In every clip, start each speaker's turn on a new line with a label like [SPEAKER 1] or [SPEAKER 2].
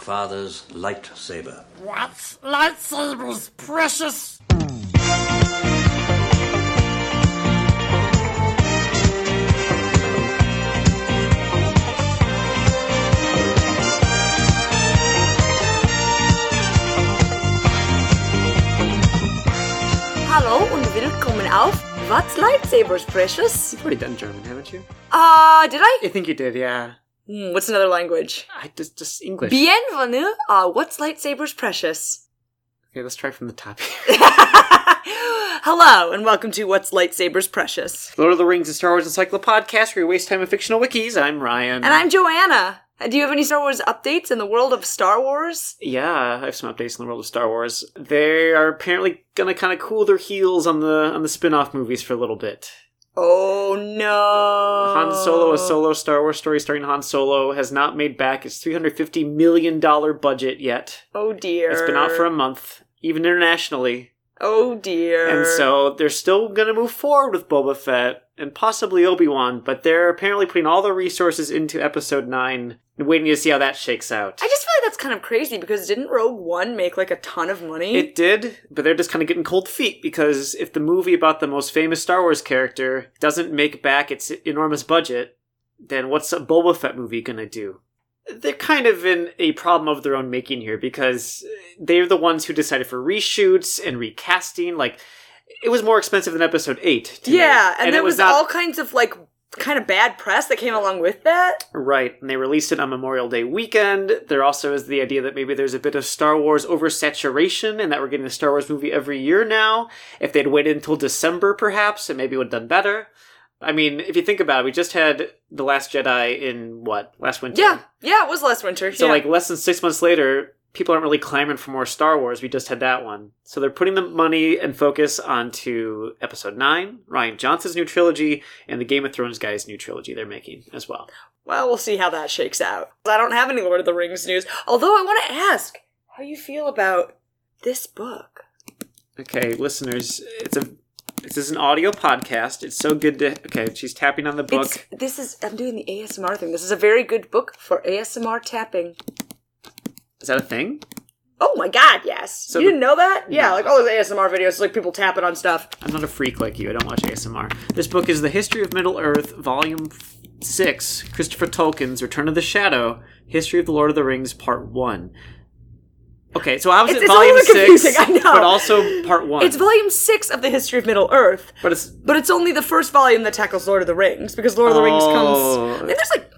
[SPEAKER 1] father's lightsaber.
[SPEAKER 2] What? Lightsabers, precious!
[SPEAKER 3] Hallo und willkommen auf What's Lightsabers Precious?
[SPEAKER 4] You've already done German, haven't you?
[SPEAKER 3] Uh, did I?
[SPEAKER 4] I think you did, yeah.
[SPEAKER 3] Hmm, what's another language?
[SPEAKER 4] I just, just English.
[SPEAKER 3] Bienvenue à What's Lightsabers Precious.
[SPEAKER 4] okay, let's try from the top here.
[SPEAKER 3] Hello and welcome to What's Lightsabers Precious.
[SPEAKER 4] Lord of the Rings and Star Wars Encyclopedia podcast, where you waste time in fictional wikis. I'm Ryan.
[SPEAKER 3] And I'm Joanna. Do you have any Star Wars updates in the world of Star Wars?
[SPEAKER 4] yeah, I have some updates in the world of Star Wars. They are apparently gonna kind of cool their heels on the on the spin-off movies for a little bit.
[SPEAKER 3] Oh no.
[SPEAKER 4] Han Solo, a solo Star Wars story starring Han Solo, has not made back its 350 million dollar budget yet.
[SPEAKER 3] Oh dear.
[SPEAKER 4] It's been out for a month, even internationally.
[SPEAKER 3] Oh dear.
[SPEAKER 4] And so they're still going to move forward with Boba Fett and possibly Obi Wan, but they're apparently putting all their resources into Episode 9 and waiting to see how that shakes out.
[SPEAKER 3] I just feel like that's kind of crazy because didn't Rogue One make like a ton of money?
[SPEAKER 4] It did, but they're just kind of getting cold feet because if the movie about the most famous Star Wars character doesn't make back its enormous budget, then what's a Boba Fett movie going to do? They're kind of in a problem of their own making here because they're the ones who decided for reshoots and recasting. Like, it was more expensive than episode 8. to
[SPEAKER 3] yeah,
[SPEAKER 4] make,
[SPEAKER 3] and, there
[SPEAKER 4] it
[SPEAKER 3] was,
[SPEAKER 4] not-
[SPEAKER 3] all kinds of like kind of bad press that came along with that.
[SPEAKER 4] Right, and they released it on Memorial Day weekend. There also is the idea that maybe there's a bit of Star Wars oversaturation and that we're getting a Star Wars movie every year now. If they'd waited until December, perhaps, it maybe would have done better. I mean, if you think about it, we just had The Last Jedi in what? Last winter?
[SPEAKER 3] Yeah, yeah, it was last winter.
[SPEAKER 4] So,
[SPEAKER 3] yeah.
[SPEAKER 4] like, less than six months later, people aren't really clamoring for more Star Wars. We just had that one. So, they're putting the money and focus onto Episode 9, Ryan Johnson's new trilogy, and the Game of Thrones guy's new trilogy they're making as well.
[SPEAKER 3] well, we'll see how that shakes out. I don't have any Lord of the Rings news. Although I want to ask how you feel about this book.
[SPEAKER 4] Okay, listeners, it's a this is an audio podcast. It's so good to okay. She's tapping on the book.
[SPEAKER 3] It's this is I'm doing the ASMR thing. This is a very good book for ASMR tapping.
[SPEAKER 4] Is that a thing?
[SPEAKER 3] Oh my god, yes. you
[SPEAKER 4] the- Mm-hmm.
[SPEAKER 3] didn't know that? Yeah, like all those ASMR videos, it's like people tapping on stuff.
[SPEAKER 4] I'm not a freak like you. I don't watch ASMR. This book is the History of Middle Earth, Volume f- Six, Christopher Tolkien's Return of the Shadow, History of the Lord of the Rings, Part One. Okay, so I was
[SPEAKER 3] It's-
[SPEAKER 4] at
[SPEAKER 3] it's a
[SPEAKER 4] Volume
[SPEAKER 3] little confusing,
[SPEAKER 4] Six,
[SPEAKER 3] I know.
[SPEAKER 4] but also Part One.
[SPEAKER 3] It's volume six of the history of Middle Earth,
[SPEAKER 4] but it's
[SPEAKER 3] but it's only the first volume that tackles Lord of the Rings because Lord of the Rings
[SPEAKER 4] Oh.
[SPEAKER 3] comes. I think there's like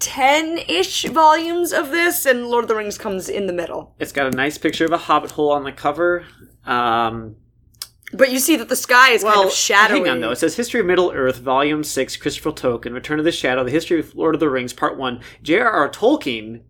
[SPEAKER 3] ten ish volumes of this, and Lord of the Rings comes in the middle.
[SPEAKER 4] it's got a nice picture of a hobbit hole on the cover. Um,
[SPEAKER 3] But you see that the sky is kind of shadowy.
[SPEAKER 4] Hang on though. It says History of Middle Earth, Volume Six, Christopher Tolkien, Return of the Shadow, The History of Lord of the Rings, Part One. J.R.R. Tolkien,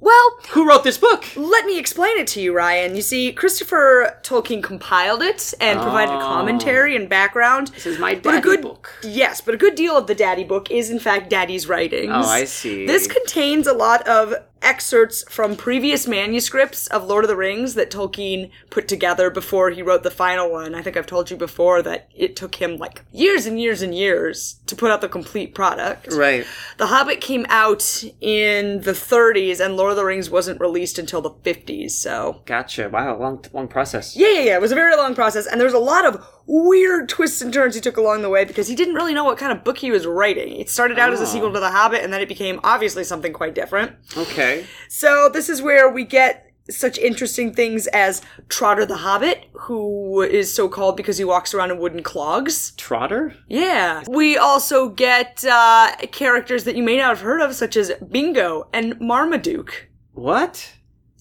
[SPEAKER 3] Well,
[SPEAKER 4] who wrote this book?
[SPEAKER 3] let me explain it to you, Ryan. You see, Christopher Tolkien compiled it and provided commentary and background.
[SPEAKER 4] Ah. This is my
[SPEAKER 3] But a
[SPEAKER 4] daddy
[SPEAKER 3] good-
[SPEAKER 4] book.
[SPEAKER 3] Yes, but a good deal of the daddy book is in fact daddy's writings.
[SPEAKER 4] Oh, I see.
[SPEAKER 3] This contains a lot of excerpts from previous manuscripts of Lord of the Rings that Tolkien put together before he wrote the final one. I think I've told you before that it took him like years and years and years to put out the complete product.
[SPEAKER 4] Right.
[SPEAKER 3] The Hobbit came out in the 30s and Lord of the Rings wasn't released until the 50s, so
[SPEAKER 4] Gotcha. Wow, long long process.
[SPEAKER 3] yeah, yeah, yeah. It was a very long process, and there's a lot of weird twists and turns he took along the way because he didn't really know what kind of book he was writing. It started out as
[SPEAKER 4] Ah.
[SPEAKER 3] a sequel to The Hobbit, and then it became obviously something quite different.
[SPEAKER 4] Okay.
[SPEAKER 3] So this is where we get such interesting things as Trotter the Hobbit, who is so called because he walks around in wooden clogs.
[SPEAKER 4] Trotter.
[SPEAKER 3] Yeah. We also get uh, characters that you may not have heard of, such as Bingo and Marmaduke.
[SPEAKER 4] What?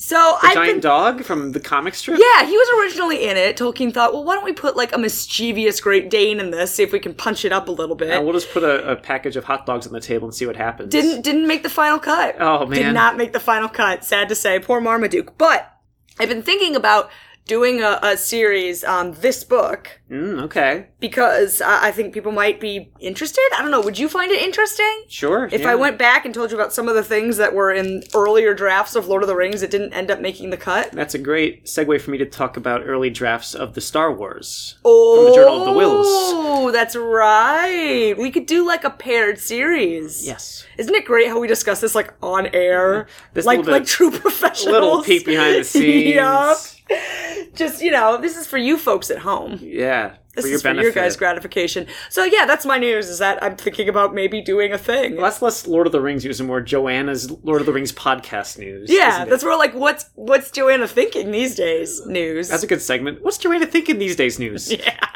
[SPEAKER 3] So
[SPEAKER 4] The
[SPEAKER 3] I've
[SPEAKER 4] giant
[SPEAKER 3] been
[SPEAKER 4] dog from the comic strip.
[SPEAKER 3] Yeah, he was originally in it. Tolkien thought, well, why don't we put like a mischievous Great Dane in this, see if we can punch it up a little bit.
[SPEAKER 4] And Uh, we'll just put a, a package of hot dogs on the table and see what happens.
[SPEAKER 3] didn't didn't make the final cut.
[SPEAKER 4] Oh,
[SPEAKER 3] Did
[SPEAKER 4] man.
[SPEAKER 3] not make the final cut. Sad to say, poor Marmaduke. But I've been thinking about doing a, a series on um, this book
[SPEAKER 4] Mm, okay.
[SPEAKER 3] because I, I think people might be interested. I don't know. Would you find it interesting?
[SPEAKER 4] Sure.
[SPEAKER 3] If
[SPEAKER 4] yeah.
[SPEAKER 3] I went back and told you about some of the things that were in earlier drafts of Lord of the Rings that didn't end up making the cut,
[SPEAKER 4] That's a great segue for me to talk about early drafts of the Star Wars.
[SPEAKER 3] oh,
[SPEAKER 4] the Journal of the Wills.
[SPEAKER 3] that's right. We could do like a paired series.
[SPEAKER 4] Yes. Mm-hmm.
[SPEAKER 3] Isn't it great how we discuss this like on air,
[SPEAKER 4] This
[SPEAKER 3] like
[SPEAKER 4] little bit-
[SPEAKER 3] like true professionals?
[SPEAKER 4] Little peek behind the scenes.
[SPEAKER 3] Yup. Just you know, this is for you folks at home.
[SPEAKER 4] Yeah.
[SPEAKER 3] This
[SPEAKER 4] for your
[SPEAKER 3] is
[SPEAKER 4] benefit.
[SPEAKER 3] for your guys' gratification. So yeah, that's my news. Is that I'm thinking about maybe doing a thing.
[SPEAKER 4] Well, that's less Lord of the Rings news and more Joanna's Lord of the Rings podcast news.
[SPEAKER 3] yeah,
[SPEAKER 4] isn't it?
[SPEAKER 3] that's where like what's what's Joanna thinking these days? News.
[SPEAKER 4] That's a good segment. What's Joanna thinking these days news?
[SPEAKER 3] yeah.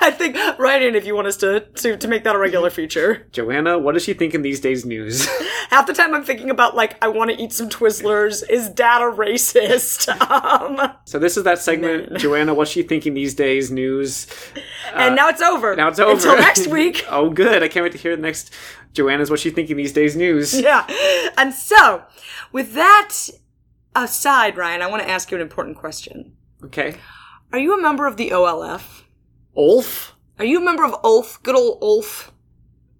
[SPEAKER 3] I think write in if you want us to, to to make that a regular feature.
[SPEAKER 4] Joanna, what is she thinking these days news?
[SPEAKER 3] Half the time I'm thinking about like I want to eat some Twizzlers. Is dad a racist? Um,
[SPEAKER 4] so this is that segment, Joanna, what's she thinking these days news?
[SPEAKER 3] and now it's over.
[SPEAKER 4] Uh, Now it's over.
[SPEAKER 3] Until next week.
[SPEAKER 4] oh good. I can't wait to hear the next Joanna's what she thinking these days news.
[SPEAKER 3] yeah. And so, with that aside, Ryan, I want to ask you an important question.
[SPEAKER 4] Okay.
[SPEAKER 3] Are you a member of the OLF?
[SPEAKER 4] Ulf?
[SPEAKER 3] Are you a member of OLF? Good old OLF.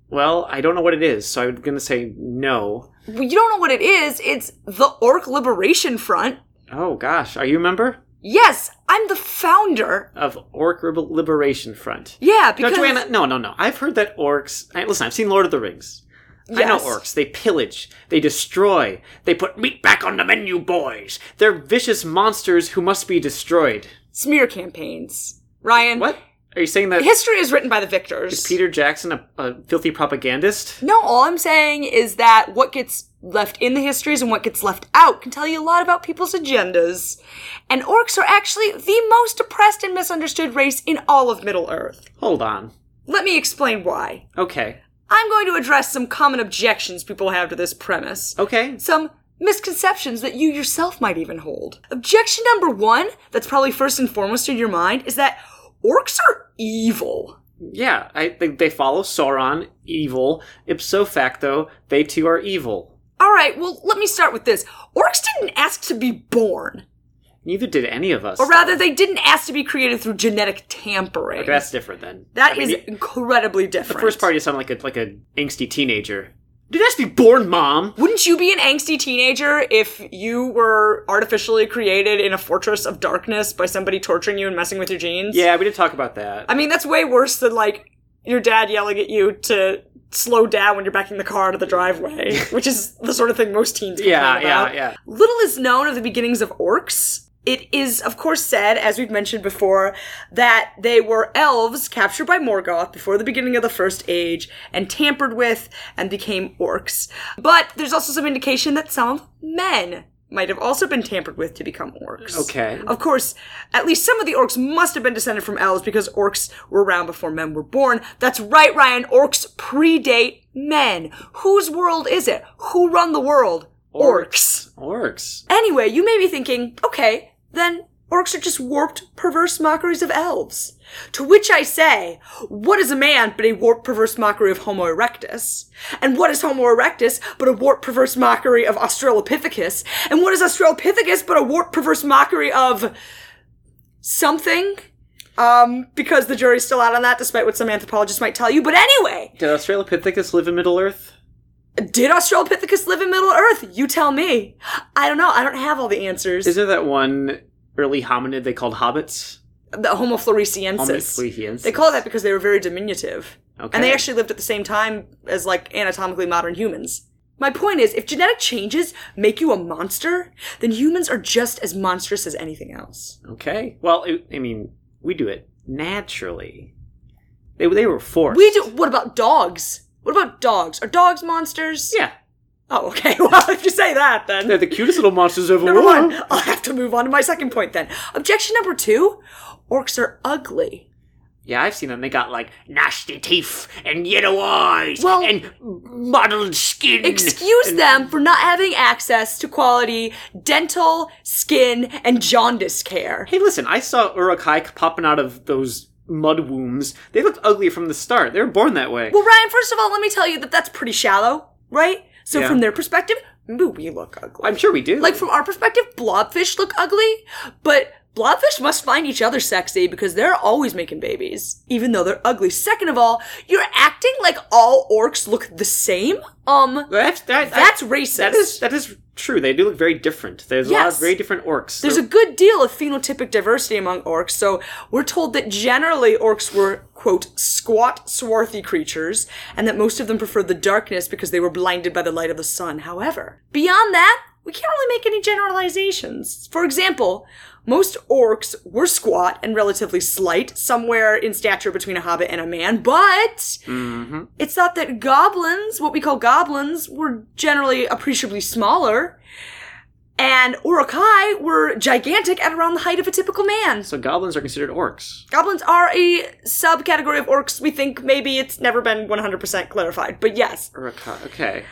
[SPEAKER 4] Well, I don't know what it is, so I'm gonna say no.
[SPEAKER 3] Well, you don't know what it is. It's the Orc Liberation Front.
[SPEAKER 4] Oh gosh, are you a member
[SPEAKER 3] Yes, I'm the founder.
[SPEAKER 4] of Orc Rib- Liberation Front?
[SPEAKER 3] Yeah,
[SPEAKER 4] No,
[SPEAKER 3] because
[SPEAKER 4] Joanna, no, no, no. I've heard that orcs. I, listen, I've seen Lord of the Rings. I know
[SPEAKER 3] Yes.
[SPEAKER 4] orcs. They pillage. They destroy. They put meat back on the menu, boys. They're vicious monsters who must be destroyed.
[SPEAKER 3] smear campaigns. Ryan,
[SPEAKER 4] What? Are you saying that
[SPEAKER 3] history is written by the victors.
[SPEAKER 4] Peter Jackson, a, a filthy propagandist?
[SPEAKER 3] no, all I'm saying is that what gets left in the histories and what gets left out can tell you a lot about people's agendas. And orcs are actually the most oppressed and misunderstood race in all of Middle Earth.
[SPEAKER 4] Hold on.
[SPEAKER 3] Let me explain why.
[SPEAKER 4] Okay.
[SPEAKER 3] I'm going to address some common objections people have to this premise.
[SPEAKER 4] Okay.
[SPEAKER 3] Some misconceptions that you yourself might even hold. Objection number one, that's probably first and foremost in your mind, is that orcs are evil.
[SPEAKER 4] Yeah, I they, they follow Sauron, evil. Ipso facto, they too are evil.
[SPEAKER 3] Alright, well, let me start with this. Orcs didn't ask to be born.
[SPEAKER 4] Neither did any of us.
[SPEAKER 3] Or rather, they didn't ask to be created through genetic tampering.
[SPEAKER 4] Okay, that's different then.
[SPEAKER 3] That
[SPEAKER 4] I mean,
[SPEAKER 3] is
[SPEAKER 4] the
[SPEAKER 3] incredibly different.
[SPEAKER 4] first part. You sound like a like a angsty teenager. Did ask to be born, mom?
[SPEAKER 3] Wouldn't you be an angsty teenager if you were artificially created in a fortress of darkness by somebody torturing you and messing with your genes?
[SPEAKER 4] Yeah, we did talk about that.
[SPEAKER 3] I mean, that's way worse than like your dad yelling at you to slow down when you're backing the car out of the driveway, which is the sort of thing most teens complain
[SPEAKER 4] yeah, yeah,
[SPEAKER 3] about.
[SPEAKER 4] yeah.
[SPEAKER 3] Little is known of the beginnings of orcs. It is, of course, said, as we've mentioned before, that they were elves captured by Morgoth before the beginning of the First Age and tampered with and became orcs. But there's also some indication that some men might have also been tampered with to become orcs.
[SPEAKER 4] Okay.
[SPEAKER 3] Of course, at least some of the orcs must have been descended from elves because orcs were around before men were born. That's right, Ryan. Orcs predate men. Whose world is it? Who run the world? Orcs.
[SPEAKER 4] Orcs.
[SPEAKER 3] Anyway, you may be thinking, okay, then orcs are just warped, perverse mockeries of elves. To which I say, what is a man but a warped, perverse mockery of Homo erectus? And what is Homo erectus but a warped, perverse mockery of Australopithecus? And what is Australopithecus but a warped, perverse mockery of something? Um, because the jury's still out on that, despite what some anthropologists might tell you. But anyway,
[SPEAKER 4] Did Australopithecus live in Middle Earth?
[SPEAKER 3] did Australopithecus live in Middle Earth? You tell me. I don't know. I don't have all the answers.
[SPEAKER 4] Is there that one early hominid they called hobbits?
[SPEAKER 3] the Homo floresiensis.
[SPEAKER 4] Hominid
[SPEAKER 3] They call it that because they were very diminutive.
[SPEAKER 4] Okay.
[SPEAKER 3] And they actually lived at the same time as like anatomically modern humans. My point is, if genetic changes make you a monster, then humans are just as monstrous as anything else.
[SPEAKER 4] Okay. Well, it, I mean, we do it naturally. They they were forced.
[SPEAKER 3] We do. What about dogs? What about dogs? Are dogs monsters?
[SPEAKER 4] Yeah.
[SPEAKER 3] Oh, okay. Well, if you say that, then
[SPEAKER 4] They're the cutest little monsters ever.
[SPEAKER 3] number
[SPEAKER 4] were.
[SPEAKER 3] one, I'll have to move on to my second point then. Objection number two: orcs are ugly.
[SPEAKER 4] Yeah, I've seen them. They got like nasty teeth and yellow eyes
[SPEAKER 3] Well-
[SPEAKER 4] and mottled skin.
[SPEAKER 3] excuse them for not having access to quality dental, skin, and jaundice care.
[SPEAKER 4] Hey, listen, I saw Urukai popping out of those mud wombs. They looked ugly from the start. They were born that way.
[SPEAKER 3] Well, Ryan, first of all, let me tell you that that's pretty shallow, right? So,
[SPEAKER 4] Yeah.
[SPEAKER 3] from their perspective, maybe we look ugly.
[SPEAKER 4] I'm sure we do.
[SPEAKER 3] Like, from our perspective, blobfish look ugly, but Blobfish must find each other sexy because they're always making babies, even though they're ugly. Second of all, you're acting like all orcs look the same. Um,
[SPEAKER 4] That's, that,
[SPEAKER 3] that's
[SPEAKER 4] I-
[SPEAKER 3] racist.
[SPEAKER 4] That is that is true. They do look very different. There's a lot
[SPEAKER 3] Yes.
[SPEAKER 4] of very different orcs.
[SPEAKER 3] There's a good deal of phenotypic diversity among orcs, so we're told that generally orcs were, quote, squat, swarthy creatures, and that most of them preferred the darkness because they were blinded by the light of the sun. However, beyond that, we can't really make any generalizations. For example, most orcs were squat and relatively slight, somewhere in stature between a hobbit and a man, but it's thought that goblins, what we call goblins, were generally appreciably smaller, and Urukai were gigantic at around the height of a typical man.
[SPEAKER 4] so goblins are considered orcs.
[SPEAKER 3] Goblins are a subcategory of orcs. We think maybe it's never been 100% clarified, but yes.
[SPEAKER 4] Or a co- Okay.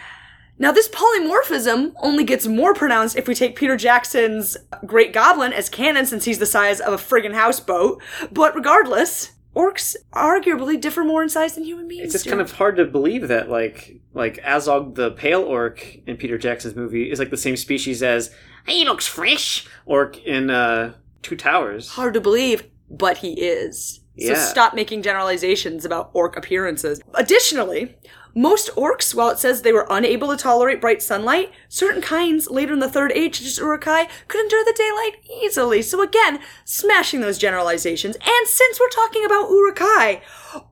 [SPEAKER 3] Now, this polymorphism only gets more pronounced if we take Peter Jackson's Great Goblin as canon since he's the size of a friggin' houseboat. But regardless, orcs arguably differ more in size than human beings.
[SPEAKER 4] It's just
[SPEAKER 3] do.
[SPEAKER 4] kind of hard to believe that like like Azog the pale orc in Peter Jackson's movie is like the same species as he looks fresh orc in uh Two Towers.
[SPEAKER 3] hard to believe, but he is. So
[SPEAKER 4] Yeah.
[SPEAKER 3] stop making generalizations about orc appearances. Additionally, most orcs, while it says they were unable to tolerate bright sunlight, certain kinds later in the third age, such as Urukai, could endure the daylight easily. So again, smashing those generalizations. And since we're talking about Urukai,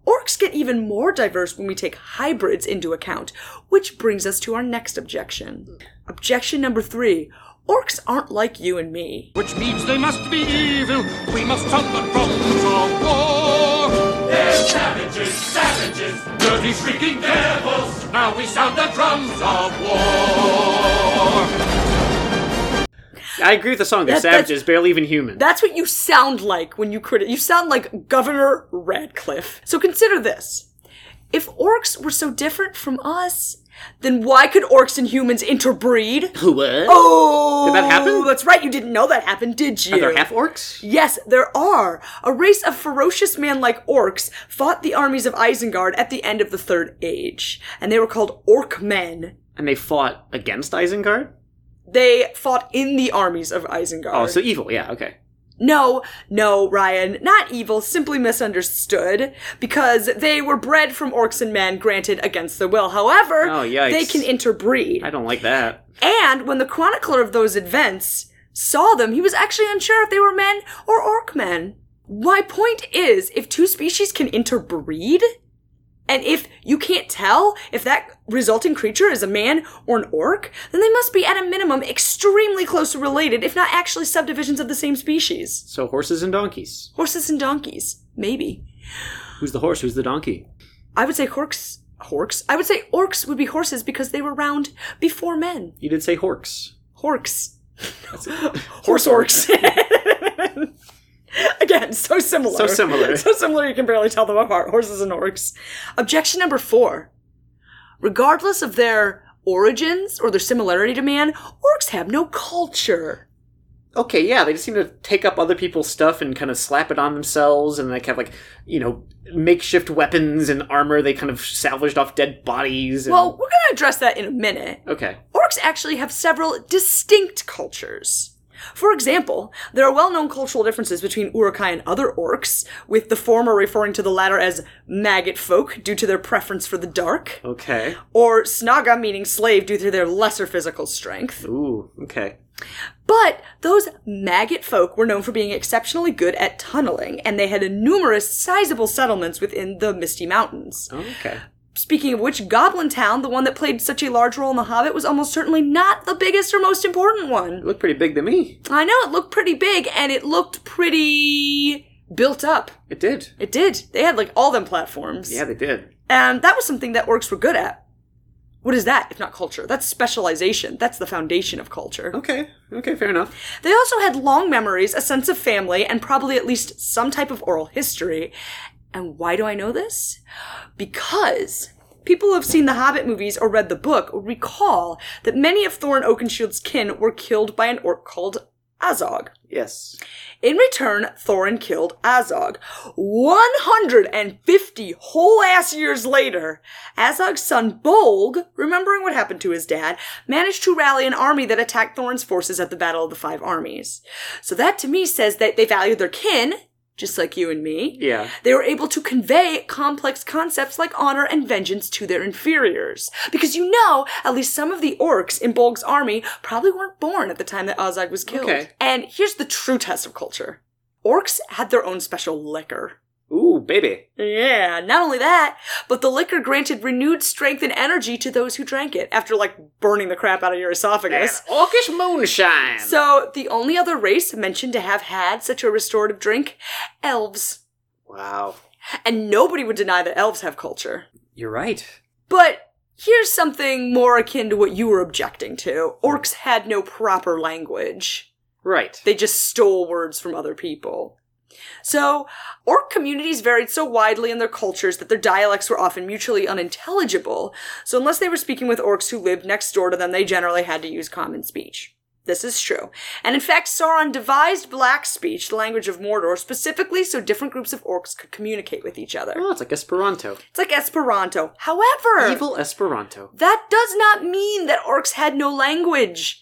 [SPEAKER 3] orcs get even more diverse when we take hybrids into account, which brings us to our next objection. Objection number three. Orcs aren't like you and me.
[SPEAKER 5] Which means they must be evil. We must solve the problems of war. They're savages, savages, dirty, shrieking devils. Now we sound the drums of war.
[SPEAKER 4] I agree with the song. They're
[SPEAKER 3] That- that's-
[SPEAKER 4] savages, barely even human.
[SPEAKER 3] That's what you sound like when you criticize. You sound like Governor Radcliffe. So consider this. If orcs were so different from us, then why could orcs and humans interbreed?
[SPEAKER 4] what?
[SPEAKER 3] Oh!
[SPEAKER 4] Did that happen?
[SPEAKER 3] That's right, you didn't know that happened, did you?
[SPEAKER 4] Are there half orcs?
[SPEAKER 3] Yes, there are. A race of ferocious man like orcs fought the armies of Isengard at the end of the Third Age, and they were called Orc Men.
[SPEAKER 4] And they fought against Isengard?
[SPEAKER 3] They fought in the armies of Isengard.
[SPEAKER 4] Oh, so evil, yeah, okay.
[SPEAKER 3] No, no, Ryan, not evil, simply misunderstood, because they were bred from orcs and men, granted against their will. However,
[SPEAKER 4] Oh, yikes.
[SPEAKER 3] they can interbreed.
[SPEAKER 4] I don't like that.
[SPEAKER 3] And when the chronicler of those events saw them, he was actually unsure if they were men or orc men. My point is, if two species can interbreed, and if you can't tell if that resulting creature is a man or an orc, then they must be at a minimum extremely closely related, if not actually subdivisions of the same species.
[SPEAKER 4] So horses and donkeys.
[SPEAKER 3] Horses and donkeys, maybe.
[SPEAKER 4] Who's the horse? Who's the donkey?
[SPEAKER 3] I would say horks, horks. I would say orcs would be horses because they were round before men.
[SPEAKER 4] You did say horks.
[SPEAKER 3] Horks, horse orcs. Again, so similar.
[SPEAKER 4] So similar.
[SPEAKER 3] So similar you can barely tell them apart. Horses and orcs. Objection number four. Regardless of their origins or their similarity to man, orcs have no culture.
[SPEAKER 4] okay, yeah, they just seem to take up other people's stuff and kind of slap it on themselves, and like have like you know makeshift weapons and armor they kind of salvaged off dead bodies. And,
[SPEAKER 3] Well, we're going to address that in a minute.
[SPEAKER 4] okay,
[SPEAKER 3] Orcs actually have several distinct cultures. For example, there are well-known cultural differences between Urukai and other orcs, with the former referring to the latter as maggot folk due to their preference for the dark,
[SPEAKER 4] okay,
[SPEAKER 3] or snaga meaning slave due to their lesser physical strength.
[SPEAKER 4] ooh, okay,
[SPEAKER 3] But those maggot folk were known for being exceptionally good at tunneling, and they had numerous sizable settlements within the Misty Mountains.
[SPEAKER 4] okay.
[SPEAKER 3] Speaking of which, Goblin Town, the one that played such a large role in The Hobbit, was almost certainly not the biggest or most important
[SPEAKER 4] It
[SPEAKER 3] one.
[SPEAKER 4] looked pretty big to me.
[SPEAKER 3] I know it looked pretty big and it looked pretty built up.
[SPEAKER 4] It did.
[SPEAKER 3] It did. They had like all them platforms.
[SPEAKER 4] Yeah, they did.
[SPEAKER 3] And that was something that orcs were good at. What is that if not culture? That's specialization. That's the foundation of culture.
[SPEAKER 4] Okay, okay, fair enough.
[SPEAKER 3] They also had long memories, a sense of family, and probably at least some type of oral history. And why do I know this? Because people who have seen the Hobbit movies or read the book recall that many of Thorin Oakenshield's kin were killed by an orc called Azog.
[SPEAKER 4] Yes.
[SPEAKER 3] In return, Thorin killed Azog. 150 whole ass years later, Azog's son Bolg, remembering what happened to his dad, managed to rally an army that attacked Thorin's forces at the Battle of the Five Armies. So that to me says that they valued their kin, just like you and me.
[SPEAKER 4] Yeah.
[SPEAKER 3] They were able to convey complex concepts like honor and vengeance to their inferiors. Because you know, at least some of the orcs in Bolg's army probably weren't born at the time that Ozog was killed.
[SPEAKER 4] Okay.
[SPEAKER 3] And here's the true test of culture. Orcs had their own special liquor.
[SPEAKER 4] Ooh, baby.
[SPEAKER 3] Yeah, not only that, but the liquor granted renewed strength and energy to those who drank it after like burning the crap out of your esophagus.
[SPEAKER 4] Orcish moonshine.
[SPEAKER 3] So, the only other race mentioned to have had such a restorative drink, elves.
[SPEAKER 4] wow.
[SPEAKER 3] And nobody would deny that elves have culture.
[SPEAKER 4] You're right.
[SPEAKER 3] But here's something more akin to what you were objecting to orcs had no proper language,
[SPEAKER 4] Right.
[SPEAKER 3] they just stole words from other people. So, orc communities varied so widely in their cultures that their dialects were often mutually unintelligible, so unless they were speaking with orcs who lived next door to them, they generally had to use common speech. This is true. And in fact, Sauron devised black speech, the language of Mordor, specifically so different groups of orcs could communicate with each other.
[SPEAKER 4] oh, it's like Esperanto.
[SPEAKER 3] It's like Esperanto. However,
[SPEAKER 4] Evil Esperanto.
[SPEAKER 3] that does not mean that orcs had no language.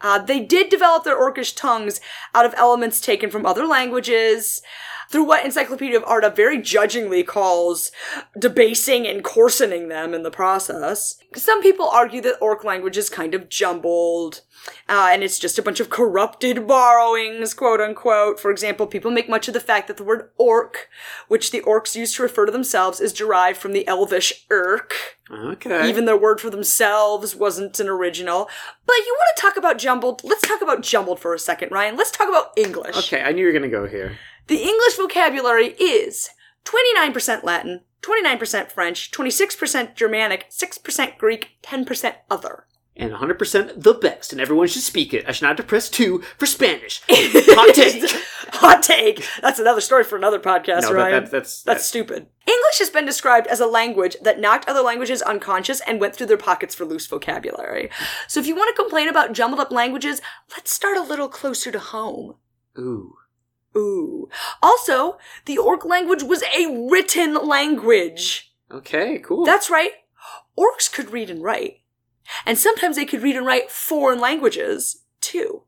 [SPEAKER 3] Uh, they did develop their orcish tongues out of elements taken from other languages through what Encyclopedia of Arda very judgingly calls debasing and coarsening them in the process. Some people argue that orc language is kind of jumbled, uh, and it's just a bunch of corrupted borrowings, quote unquote. For example, people make much of the fact that the word orc, which the orcs use to refer to themselves, is derived from the elvish irk.
[SPEAKER 4] Okay.
[SPEAKER 3] Even their word for themselves wasn't an original. But you want to talk about jumbled? Let's talk about jumbled for a second, Ryan. Let's talk about English.
[SPEAKER 4] okay, I knew you were gonna go here.
[SPEAKER 3] The English vocabulary is 29% Latin, 29% French, 26% Germanic, 6% Greek, 10% other.
[SPEAKER 4] And 100% the best, and everyone should speak it. I should not have to press two for Spanish. Hot take.
[SPEAKER 3] Hot take. That's another story for another podcast,
[SPEAKER 4] No, that-
[SPEAKER 3] Ryan.
[SPEAKER 4] that- that's-
[SPEAKER 3] that's
[SPEAKER 4] that-
[SPEAKER 3] stupid. English has been described as a language that knocked other languages unconscious and went through their pockets for loose vocabulary. So if you want to complain about jumbled up languages, let's start a little closer to home.
[SPEAKER 4] Ooh.
[SPEAKER 3] Ooh. Also, the Orc language was a written language.
[SPEAKER 4] Okay, cool.
[SPEAKER 3] That's right. Orcs could read and write. And sometimes they could read and write foreign languages, too.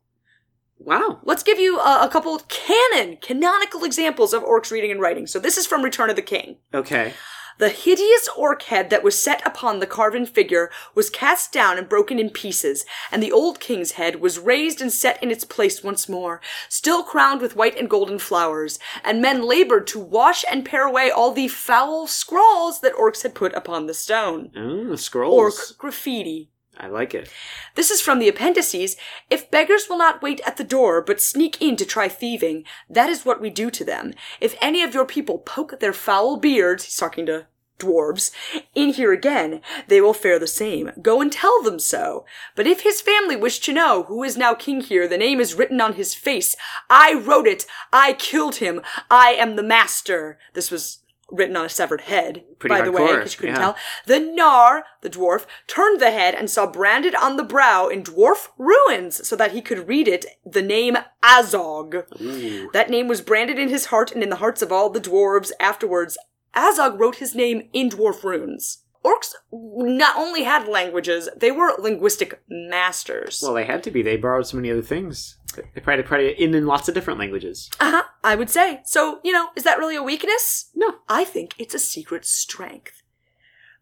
[SPEAKER 4] wow.
[SPEAKER 3] Let's give you uh, a couple canon, canonical examples of orcs reading and writing. So this is from Return of the King.
[SPEAKER 4] Okay.
[SPEAKER 3] The hideous orc head that was set upon the carven figure was cast down and broken in pieces, and the old king's head was raised and set in its place once more, still crowned with white and golden flowers, and men labored to wash and pare away all the foul scrawls that orcs had put upon the stone.
[SPEAKER 4] Oh,
[SPEAKER 3] Orc
[SPEAKER 4] scrolls.
[SPEAKER 3] graffiti.
[SPEAKER 4] I like it.
[SPEAKER 3] This is from the appendices. If beggars will not wait at the door, but sneak in to try thieving, that is what we do to them. If any of your people poke their foul beards, he's talking to dwarves, in here again, they will fare the same. Go and tell them so. But if his family wish to know who is now king here, the name is written on his face. I wrote it. I killed him. I am the master. This was written on a severed head,
[SPEAKER 4] Pretty
[SPEAKER 3] by the way, in
[SPEAKER 4] hardcore,
[SPEAKER 3] case you couldn't
[SPEAKER 4] yeah.
[SPEAKER 3] tell. The Gnar, the dwarf, turned the head and saw branded on the brow in dwarf ruins so that he could read it the name Azog. That name was branded in his heart and in the hearts of all the dwarves afterwards. Azog wrote his name in dwarf runes. Orcs not only had languages, they were linguistic masters.
[SPEAKER 4] Well, they had to be. They borrowed so many other things. They probably tried it in, in lots of different languages.
[SPEAKER 3] uh-huh, I would say. So, you know, is that really a weakness?
[SPEAKER 4] No.
[SPEAKER 3] I think it's a secret strength.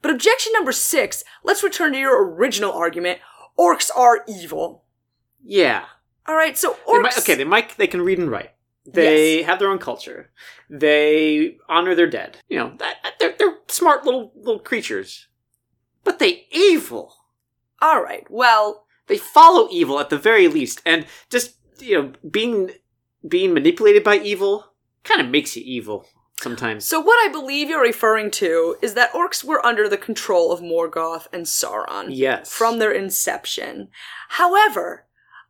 [SPEAKER 3] But objection number six, let's return to your original argument. Orcs are evil.
[SPEAKER 4] Yeah.
[SPEAKER 3] All right, so
[SPEAKER 4] They
[SPEAKER 3] orcs.
[SPEAKER 4] might, okay, they might they can read and write. They have their own culture. They honor their dead. You know, that, that- they're they're smart little little creatures. But they evil.
[SPEAKER 3] All right, well,
[SPEAKER 4] They follow evil at the very least, and just you know, being being manipulated by evil kind of makes you evil sometimes.
[SPEAKER 3] so what I believe you're referring to is that orcs were under the control of Morgoth and Sauron
[SPEAKER 4] yes,
[SPEAKER 3] from their inception. However,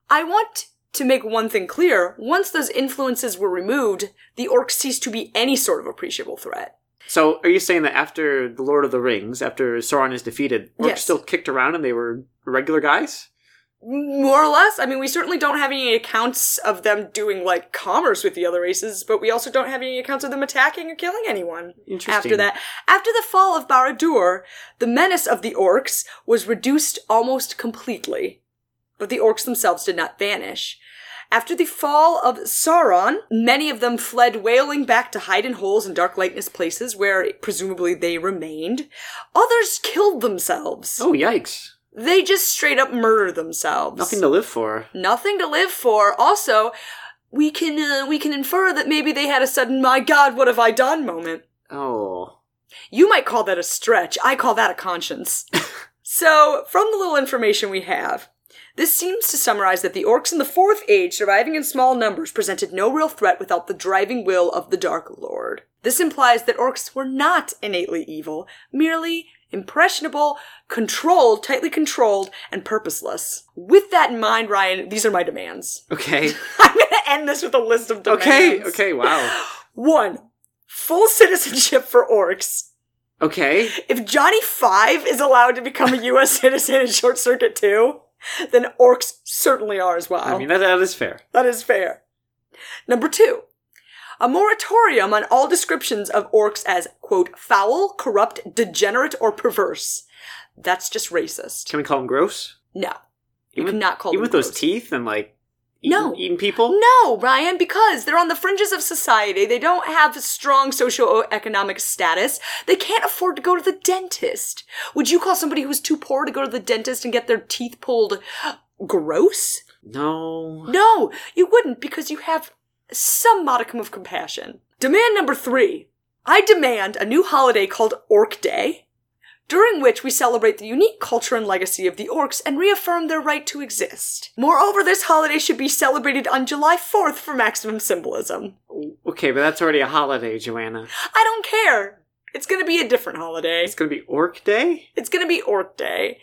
[SPEAKER 3] I want to make one thing clear. Once those influences were removed, the orcs ceased to be any sort of appreciable threat.
[SPEAKER 4] So, are you saying that after the Lord of the Rings, after Sauron is defeated, orcs
[SPEAKER 3] Yes.
[SPEAKER 4] still kicked around and they were regular guys?
[SPEAKER 3] more or less. I mean, we certainly don't have any accounts of them doing like commerce with the other races, but we also don't have any accounts of them attacking or killing anyone.
[SPEAKER 4] Interesting.
[SPEAKER 3] After that, after the fall of Barad-dûr, the menace of the orcs was reduced almost completely, but the orcs themselves did not vanish. After the fall of Sauron, many of them fled wailing back to hide in holes and dark lightness places where presumably they remained. Others killed themselves.
[SPEAKER 4] Oh, yikes.
[SPEAKER 3] They just straight up murder themselves
[SPEAKER 4] Nothing to live for.
[SPEAKER 3] nothing to live for. Also, we can uh, we can infer that maybe they had a sudden "My God, what have I done?" moment.
[SPEAKER 4] Oh.
[SPEAKER 3] You might call that a stretch. I call that a conscience. so, from the little information we have, this seems to summarize that the orcs in the Fourth Age, surviving in small numbers, presented no real threat without the driving will of the Dark Lord. This implies that orcs were not innately evil, merely impressionable, controlled, tightly controlled, and purposeless. With that in mind, Ryan, these are my demands.
[SPEAKER 4] Okay.
[SPEAKER 3] I'm gonna end this with a list of demands.
[SPEAKER 4] Okay. Okay. Wow.
[SPEAKER 3] One, full citizenship for orcs.
[SPEAKER 4] Okay.
[SPEAKER 3] If Johnny Five is allowed to become a U.S. citizen in Short Circuit 2, then orcs certainly are as well.
[SPEAKER 4] I mean, that, that is fair.
[SPEAKER 3] that is fair. Number two, a moratorium on all descriptions of orcs as, quote, foul, corrupt, degenerate, or perverse. That's just racist.
[SPEAKER 4] Can E we call him gross?
[SPEAKER 3] No. You cannot call
[SPEAKER 4] even
[SPEAKER 3] them
[SPEAKER 4] with those
[SPEAKER 3] gross.
[SPEAKER 4] teeth and like eating,
[SPEAKER 3] No.
[SPEAKER 4] eating people.
[SPEAKER 3] No, Ryan, because they're on the fringes of society. They don't have a strong socioeconomic status. They can't afford to go to the dentist. Would you call somebody who's too poor to go to the dentist and get their teeth pulled gross?
[SPEAKER 4] No.
[SPEAKER 3] No, you wouldn't because you have some modicum of compassion. Demand number three. I demand a new holiday called Orc Day, during which we celebrate the unique culture and legacy of the orcs and reaffirm their right to exist. Moreover, this holiday should be celebrated on July 4th for maximum symbolism.
[SPEAKER 4] Okay, but that's already a holiday, Joanna.
[SPEAKER 3] I don't care. It's gonna be a different holiday.
[SPEAKER 4] It's gonna be Orc Day.
[SPEAKER 3] It's gonna be Orc Day.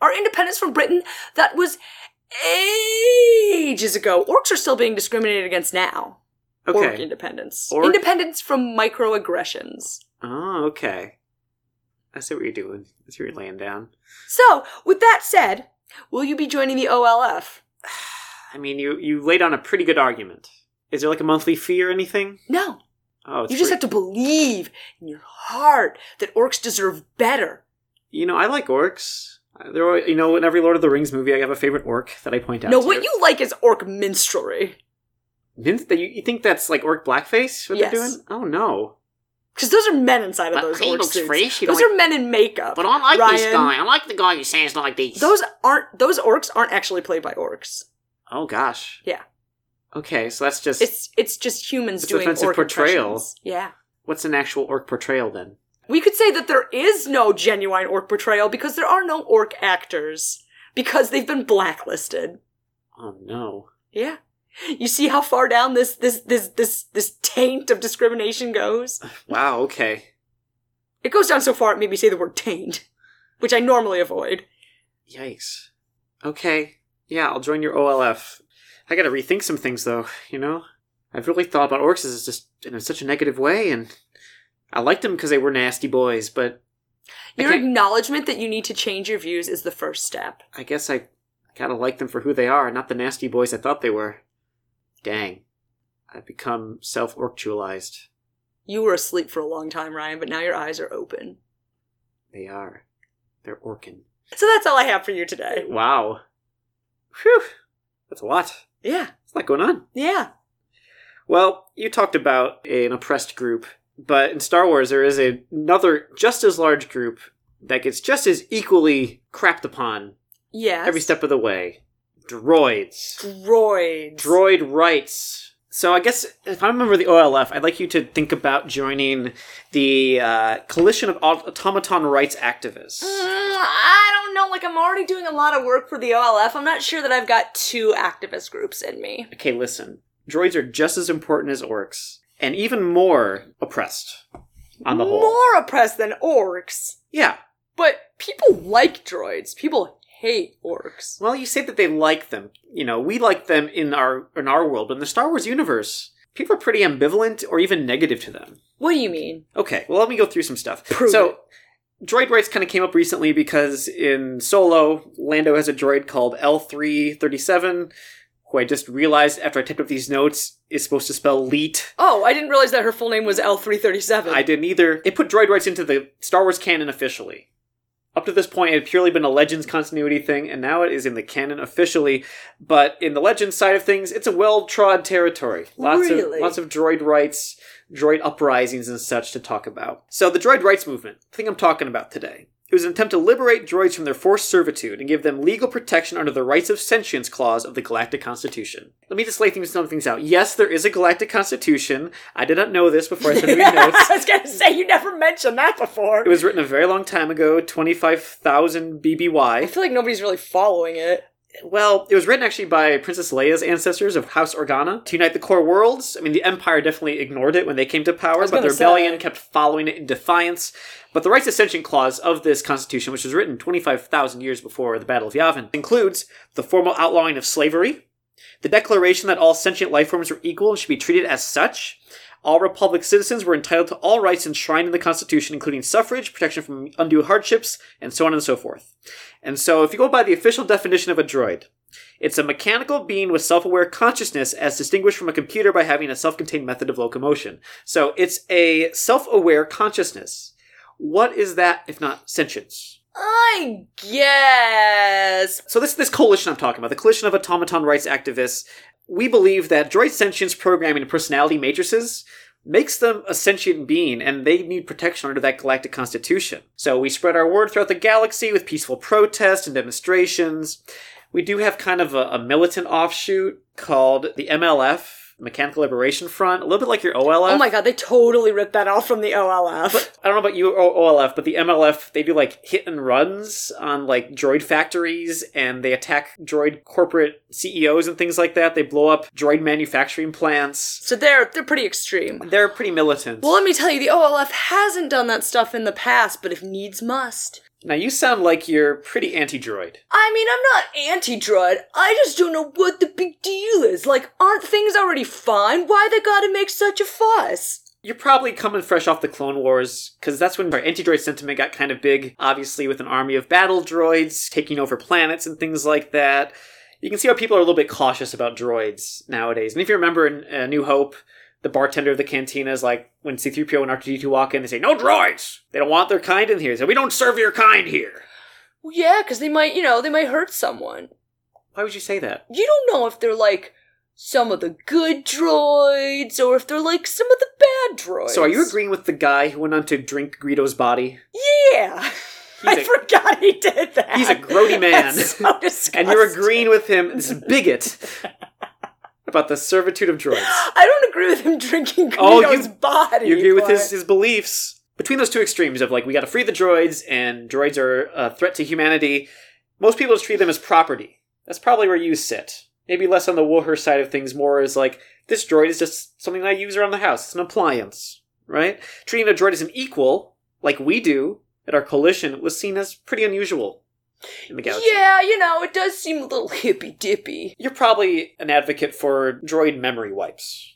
[SPEAKER 3] Our independence from Britain, that was ages ago. Orcs are still being discriminated against now. Orc
[SPEAKER 4] Okay.
[SPEAKER 3] independence.
[SPEAKER 4] Orc-
[SPEAKER 3] Independence from microaggressions.
[SPEAKER 4] Oh, okay. I see what you're doing. I see what you're laying down.
[SPEAKER 3] So, with that said, will you be joining the OLF?
[SPEAKER 4] I mean, you you laid on a pretty good argument. Is there like a monthly fee or anything?
[SPEAKER 3] No.
[SPEAKER 4] Oh, it's
[SPEAKER 3] You just
[SPEAKER 4] free.
[SPEAKER 3] have to believe in your heart that orcs deserve better.
[SPEAKER 4] You know, I like orcs. There, are, you know, in every Lord of the Rings movie, I have a favorite orc that I point out.
[SPEAKER 3] no,
[SPEAKER 4] to.
[SPEAKER 3] what you like is orc minstrelry.
[SPEAKER 4] Vince, that you, you think that's like orc blackface? What
[SPEAKER 3] Yes.
[SPEAKER 4] they're doing? Oh no!
[SPEAKER 3] Because those are men inside of
[SPEAKER 6] But
[SPEAKER 3] those
[SPEAKER 6] he
[SPEAKER 3] orc
[SPEAKER 6] looks
[SPEAKER 3] suits.
[SPEAKER 6] fresh, you
[SPEAKER 3] Those
[SPEAKER 6] don't-
[SPEAKER 3] are men in makeup.
[SPEAKER 6] But I like this
[SPEAKER 3] Ryan,
[SPEAKER 6] guy. I like the guy who sounds like this.
[SPEAKER 3] Those aren't those orcs aren't actually played by orcs.
[SPEAKER 4] Oh gosh.
[SPEAKER 3] Yeah.
[SPEAKER 4] Okay, so that's just
[SPEAKER 3] It's it's just humans
[SPEAKER 4] It's
[SPEAKER 3] doing
[SPEAKER 4] offensive
[SPEAKER 3] orc
[SPEAKER 4] portrayal.
[SPEAKER 3] impressions. Yeah.
[SPEAKER 4] what's an actual orc portrayal then?
[SPEAKER 3] We could say that there is no genuine orc portrayal because there are no orc actors because they've been blacklisted.
[SPEAKER 4] Oh no!
[SPEAKER 3] Yeah. You see how far down this this this this this taint of discrimination goes?
[SPEAKER 4] Wow. Okay.
[SPEAKER 3] It goes down so far it made me say the word taint, which I normally avoid.
[SPEAKER 4] Yikes. Okay. Yeah, I'll join your OLF. I gotta rethink some things though. You know, I've really thought about orcs as just in such a negative way, and I liked them because they were nasty boys. But I
[SPEAKER 3] Your
[SPEAKER 4] can't-
[SPEAKER 3] acknowledgement that you need to change your views is the first step.
[SPEAKER 4] I guess I gotta like them for who they are, not the nasty boys I thought they were. Dang. I've become self orctualized.
[SPEAKER 3] You were asleep for a long time, Ryan, but now your eyes are open.
[SPEAKER 4] They are. They're orkin.
[SPEAKER 3] So that's all I have for you today.
[SPEAKER 4] Wow. Phew. That's a lot.
[SPEAKER 3] Yeah.
[SPEAKER 4] It's a lot going on.
[SPEAKER 3] Yeah.
[SPEAKER 4] Well, you talked about an oppressed group, but in Star Wars, there is a- another just as large group that gets just as equally crapped upon
[SPEAKER 3] Yes.
[SPEAKER 4] every step of the way droids.
[SPEAKER 3] Droids.
[SPEAKER 4] Droid rights. So I guess if I remember the OLF, I'd like you to think about joining the uh, Coalition of Aut- Automaton Rights Activists.
[SPEAKER 3] Mm, I don't know. Like, I'm already doing a lot of work for the OLF. I'm not sure that I've got two activist groups in me.
[SPEAKER 4] okay, listen, droids are just as important as orcs, and even more oppressed on the whole.
[SPEAKER 3] More oppressed than orcs.
[SPEAKER 4] Yeah.
[SPEAKER 3] But people like droids. People hate orcs.
[SPEAKER 4] Well, you say that they like them. You know, we like them in our in our world, but in the Star Wars universe, people are pretty ambivalent or even negative to them.
[SPEAKER 3] What do you mean?
[SPEAKER 4] Okay, well, let me go through some stuff.
[SPEAKER 3] Prove
[SPEAKER 4] so,
[SPEAKER 3] it.
[SPEAKER 4] droid rights kind of came up recently because in Solo, Lando has a droid called L337, who I just realized after I typed up these notes is supposed to spell leet.
[SPEAKER 3] Oh, I didn't realize that her full name was L337.
[SPEAKER 4] I didn't either. It put droid rights into the Star Wars canon officially. Up to this point, it had purely been a Legends continuity thing, and now it is in the canon officially. But in the Legends side of things, it's a well-trod territory. Lots
[SPEAKER 3] Really?
[SPEAKER 4] of lots of droid rights, droid uprisings, and such to talk about. So the droid rights movement, the thing I'm talking about today, it was an attempt to liberate droids from their forced servitude and give them legal protection under the Rights of Sentience Clause of the Galactic Constitution. Let me just lay things, some things out. Yes, there is a Galactic Constitution. I did not know this before I started reading notes.
[SPEAKER 3] I was gonna say you never mentioned that before.
[SPEAKER 4] It was written a very long time ago, 25,000
[SPEAKER 3] I
[SPEAKER 4] BBY.
[SPEAKER 3] feel like nobody's really following it.
[SPEAKER 4] Well, it was written actually by Princess Leia's ancestors of House Organa to unite the core worlds. I mean, the Empire definitely ignored it when they came to power, but the
[SPEAKER 3] gonna
[SPEAKER 4] rebellion
[SPEAKER 3] say.
[SPEAKER 4] kept following it in defiance. But the Rights Ascension Clause of this constitution, which was written 25,000 years before the Battle of Yavin, includes the formal outlawing of slavery, the declaration that all sentient life forms were equal and should be treated as such. All Republic citizens were entitled to all rights enshrined in the Constitution, including suffrage, protection from undue hardships, and so on and so forth. And so, if you go by the official definition of a droid, it's a mechanical being with self aware consciousness as distinguished from a computer by having a self contained method of locomotion. So, it's a self aware consciousness. What is that if not sentience?
[SPEAKER 3] I guess.
[SPEAKER 4] So this this coalition I'm talking about, the coalition of automaton rights activists, we believe that droid sentience programming and personality matrices makes them a sentient being and they need protection under that galactic constitution. So we spread our word throughout the galaxy with peaceful protests and demonstrations. We do have kind of a, a militant offshoot called the MLF, Mechanical Liberation Front, a little bit like your OLF.
[SPEAKER 3] Oh my god, they totally ripped that off from the OLF.
[SPEAKER 4] I don't know about you or OLF, but the MLF, they do like hit and runs on like droid factories and they attack droid corporate CEOs and things like that. They blow up droid manufacturing plants.
[SPEAKER 3] so they're they're pretty extreme.
[SPEAKER 4] They're pretty militant.
[SPEAKER 3] Well, let me tell you, the OLF hasn't done that stuff in the past, but if needs must.
[SPEAKER 4] now you sound like you're pretty anti droid.
[SPEAKER 3] I mean, I'm not anti-drud. I just don't know what the big deal is. Like, aren't things already fine? Why they gotta make such a fuss?
[SPEAKER 4] You're probably coming fresh off the Clone Wars, because that's when our anti droid sentiment got kind of big, obviously, with an army of battle droids taking over planets and things like that. You can see how people are a little bit cautious about droids nowadays. And if you remember in uh, New Hope, the bartender of the cantina is like, when C3PO and R2D2 walk in, they say, No droids! They don't want their kind in here. So we don't serve your kind here.
[SPEAKER 3] Well, yeah, because they might, you know, they might hurt someone.
[SPEAKER 4] Why would you say that?
[SPEAKER 3] You don't know if they're like some of the good droids or if they're like some of the bad droids.
[SPEAKER 4] So are you agreeing with the guy who went on to drink Greedo's body?
[SPEAKER 3] Yeah. I
[SPEAKER 4] He's a-
[SPEAKER 3] forgot he did that.
[SPEAKER 4] He's a grody man.
[SPEAKER 3] That's so disgusting.
[SPEAKER 4] And you're agreeing with him, this bigot, about the servitude of droids.
[SPEAKER 3] I don't agree with him drinking Greedo's
[SPEAKER 4] Oh, you-
[SPEAKER 3] body.
[SPEAKER 4] you agree with
[SPEAKER 3] but-
[SPEAKER 4] his, his beliefs between those two extremes of like we got to free the droids and droids are a threat to humanity most people just treat them as property that's probably where you sit maybe less on the woolher side of things more as like this droid is just something i use around the house it's an appliance right treating a droid as an equal like we do at our coalition was seen as pretty unusual in the galaxy
[SPEAKER 3] Yeah, you know, it does seem a little hippy dippy.
[SPEAKER 4] you're probably an advocate for droid memory wipes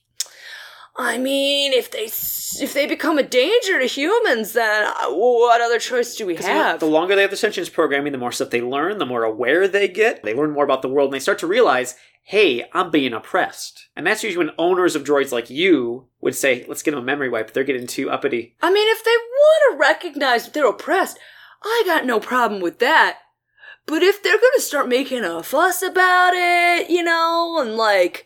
[SPEAKER 3] I mean, if they s- if they become a danger to humans, then uh, what other choice do we
[SPEAKER 4] Because, you know,
[SPEAKER 3] have?
[SPEAKER 4] The longer they have the sentience programming, the more stuff they learn, the more aware they get. They learn more about the world and they start to realize, hey, I'm being oppressed. And that's usually when owners of droids like you would say, let's get them a memory wipe. They're getting too uppity.
[SPEAKER 3] I mean, if they want to recognize that they're oppressed, I got no problem with that. But if they're gonna start making a fuss about it, you know, and like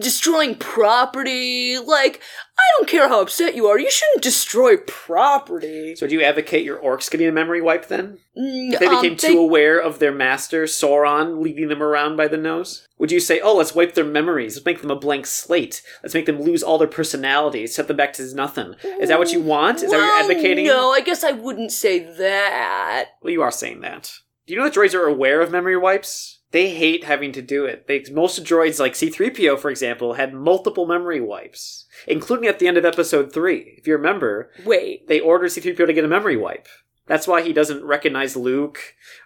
[SPEAKER 3] destroying property, like I don't care how upset you are, you shouldn't destroy property.
[SPEAKER 4] So do you advocate your orcs getting a memory wipe then?
[SPEAKER 3] Mm,
[SPEAKER 4] If they
[SPEAKER 3] um,
[SPEAKER 4] became too aware of their master, Sauron, leading them around by the nose? Would you say, oh, let's wipe their memories. Let's make them a blank slate. Let's make them lose all their personality. Set them back to nothing. Is that what you want? Is that what
[SPEAKER 3] Well,
[SPEAKER 4] you're advocating?
[SPEAKER 3] No, I guess I wouldn't say that.
[SPEAKER 4] Well, you are saying that. Do you know that droids are aware of memory wipes? They hate having to do it. They, most droids, like C3PO, for example, had multiple memory wipes, including at the end of episode 3. If you remember,
[SPEAKER 3] Wait,
[SPEAKER 4] they ordered C3PO to get a memory wipe. That's why he doesn't recognize Luke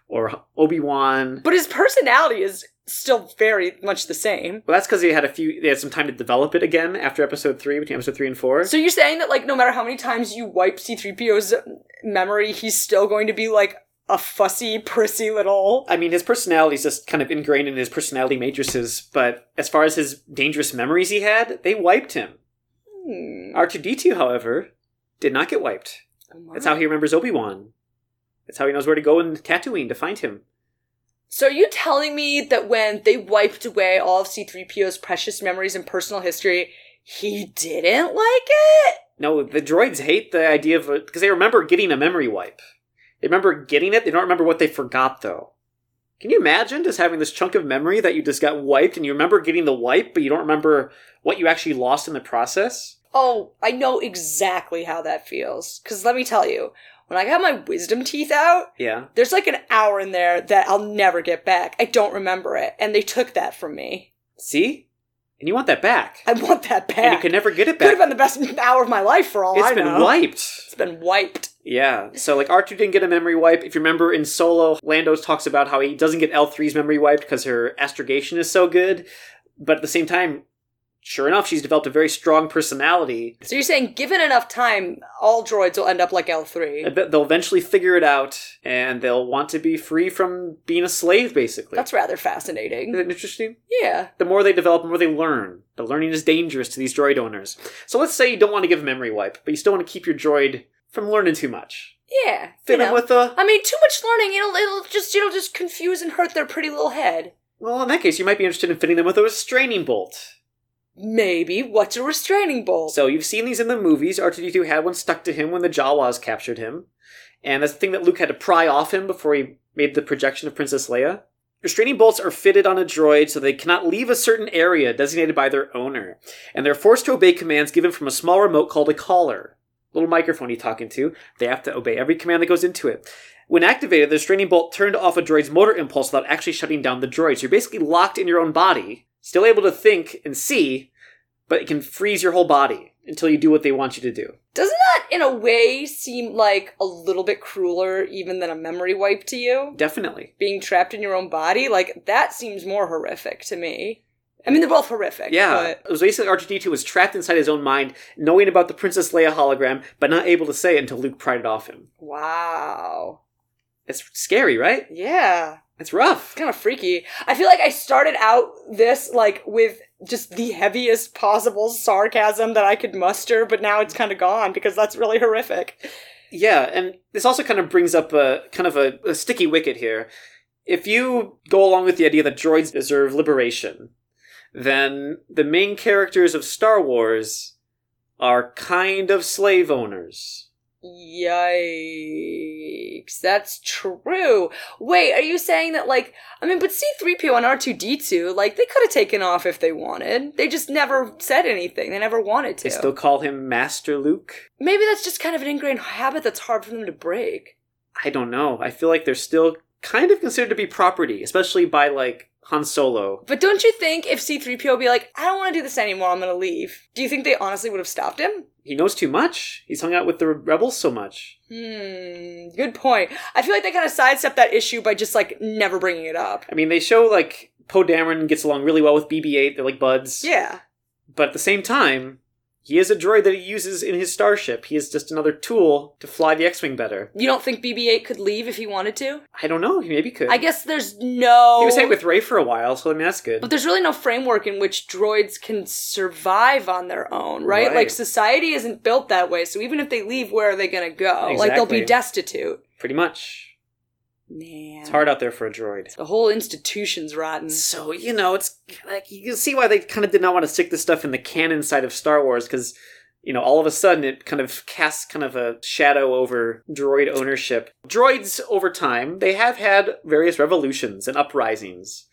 [SPEAKER 4] or Obi Wan.
[SPEAKER 3] but his personality is still very much the same.
[SPEAKER 4] Well, that's because they had a few. They had some time to develop it again after episode three, between episode three and four.
[SPEAKER 3] So you're saying that like no matter how many times you wipe C3PO's memory, he's still going to be like a fussy, prissy little.
[SPEAKER 4] I mean, his personality's just kind of ingrained in his personality matrices. But as far as his dangerous memories he had, they wiped him. R2D2, however, did not get wiped. That's how he remembers Obi Wan. That's how he knows where to go in Tatooine to find him.
[SPEAKER 3] So are you telling me that when they wiped away all of C3PO's precious memories and personal history, he didn't like it?
[SPEAKER 4] No, the droids hate the idea of because they remember getting a memory wipe. They remember getting it. They don't remember what they forgot though. Can you imagine just having this chunk of memory that you just got wiped, and you remember getting the wipe, but you don't remember what you actually lost in the process?
[SPEAKER 3] Oh, I know exactly how that feels. Cause let me tell you, when I got my wisdom teeth out,
[SPEAKER 4] Yeah.
[SPEAKER 3] there's like an hour in there that I'll never get back. I don't remember it. And they took that from me.
[SPEAKER 4] See, and you want that back,
[SPEAKER 3] I want that back.
[SPEAKER 4] and you can never get it
[SPEAKER 3] Could
[SPEAKER 4] back.
[SPEAKER 3] have been the best hour of my life for all I
[SPEAKER 4] it's
[SPEAKER 3] know.
[SPEAKER 4] been wiped.
[SPEAKER 3] It's been wiped.
[SPEAKER 4] Yeah. So like R two didn't get a memory wipe. If you remember in Solo, Lando talks about how he doesn't get L 3s memory wiped because her astrogation is so good. But at the same time, sure enough, she's developed a very strong personality.
[SPEAKER 3] So you're saying, given enough time, all droids will end up like
[SPEAKER 4] I
[SPEAKER 3] L3.
[SPEAKER 4] bet They'll eventually figure it out, and they'll want to be free from being a slave. Basically,
[SPEAKER 3] That's rather fascinating.
[SPEAKER 4] Isn't that interesting.
[SPEAKER 3] Yeah.
[SPEAKER 4] The more they develop, the more they learn. The learning is dangerous to these droid owners. So let's say you don't want to give a memory wipe, but you still want to keep your droid from learning too much.
[SPEAKER 3] Yeah.
[SPEAKER 4] Fit
[SPEAKER 3] you know.
[SPEAKER 4] them with a
[SPEAKER 3] I mean, too much learning, it'll it'll just it'll just confuse and hurt their pretty little head.
[SPEAKER 4] well. In that case, you might be interested in fitting them with a restraining bolt.
[SPEAKER 3] Maybe what's a restraining bolt?
[SPEAKER 4] So you've seen these in the movies. R2D2 had one stuck to him when the Jawas captured him. And that's the thing that Luke had to pry off him before he made the projection of Princess Leia. Restraining bolts are fitted on a droid so they cannot leave a certain area designated by their owner. And they're forced to obey commands given from a small remote called a collar. Little microphone he's talking to. They have to obey every command that goes into it. When activated, the restraining bolt turned off a droid's motor impulse without actually shutting down the droid. So you're basically locked in your own body, still able to think and see, but it can freeze your whole body until you do what they want you to do.
[SPEAKER 3] Doesn't that, in a way, seem like a little bit crueler even than a memory wipe to you?
[SPEAKER 4] Definitely.
[SPEAKER 3] Being trapped in your own body, like that seems more horrific to me. I mean, they're both horrific.
[SPEAKER 4] Yeah.
[SPEAKER 3] but-
[SPEAKER 4] It was basically R2D2 was trapped inside his own mind, knowing about the Princess Leia hologram, but not able to say it until Luke pried it off him.
[SPEAKER 3] Wow.
[SPEAKER 4] It's scary, right?
[SPEAKER 3] Yeah.
[SPEAKER 4] It's rough.
[SPEAKER 3] It's kind of freaky. I feel like I started out this like with just the heaviest possible sarcasm that I could muster, but now it's kind of gone because that's really horrific.
[SPEAKER 4] Yeah, and this also kind of brings up a kind of a, a sticky wicket here. If you go along with the idea that droids deserve liberation, then the main characters of Star Wars are kind of slave owners.
[SPEAKER 3] Yikes. That's true. Wait, are you saying that like I mean, but C3PO and R2D2, like they could have taken off if they wanted. They just never said anything. They never wanted to.
[SPEAKER 4] They still call him Master Luke.
[SPEAKER 3] Maybe that's just kind of an ingrained habit that's hard for them to break.
[SPEAKER 4] I don't know. I feel like they're still kind of considered to be property, especially by like Han Solo.
[SPEAKER 3] But don't you think if C3PO would be like, I don't want to do this anymore, I'm going to leave, do you think they honestly would have stopped him?
[SPEAKER 4] He knows too much. He's hung out with the rebels so much.
[SPEAKER 3] Hmm, good point. I feel like they kind of sidestepped that issue by just like never bringing it up.
[SPEAKER 4] I mean, they show like Poe Dameron gets along really well with BB-8. They're like buds.
[SPEAKER 3] Yeah.
[SPEAKER 4] But at the same time, he is a droid that he uses in his starship. He is just another tool to fly the X-wing better.
[SPEAKER 3] You don't think BB 8 could leave if he wanted to?
[SPEAKER 4] I don't know. He maybe could.
[SPEAKER 3] I guess there's no.
[SPEAKER 4] he was hanging with Ray for a while, so I mean that's good.
[SPEAKER 3] But there's really no framework in which droids can survive on their own, right?
[SPEAKER 4] Right.
[SPEAKER 3] Like society isn't built that way. So even if they leave, where are they going to go? Like they'll be
[SPEAKER 4] Exactly.
[SPEAKER 3] destitute.
[SPEAKER 4] Pretty much.
[SPEAKER 3] Man,
[SPEAKER 4] It's hard out there for a droid.
[SPEAKER 3] The whole institution's rotten.
[SPEAKER 4] So you know, it's like you can see why they kind of did not want to stick this stuff in the canon side of Star Wars because you know all of a sudden it kind of casts kind of a shadow over droid ownership. Droids over time they have had various revolutions and uprisings.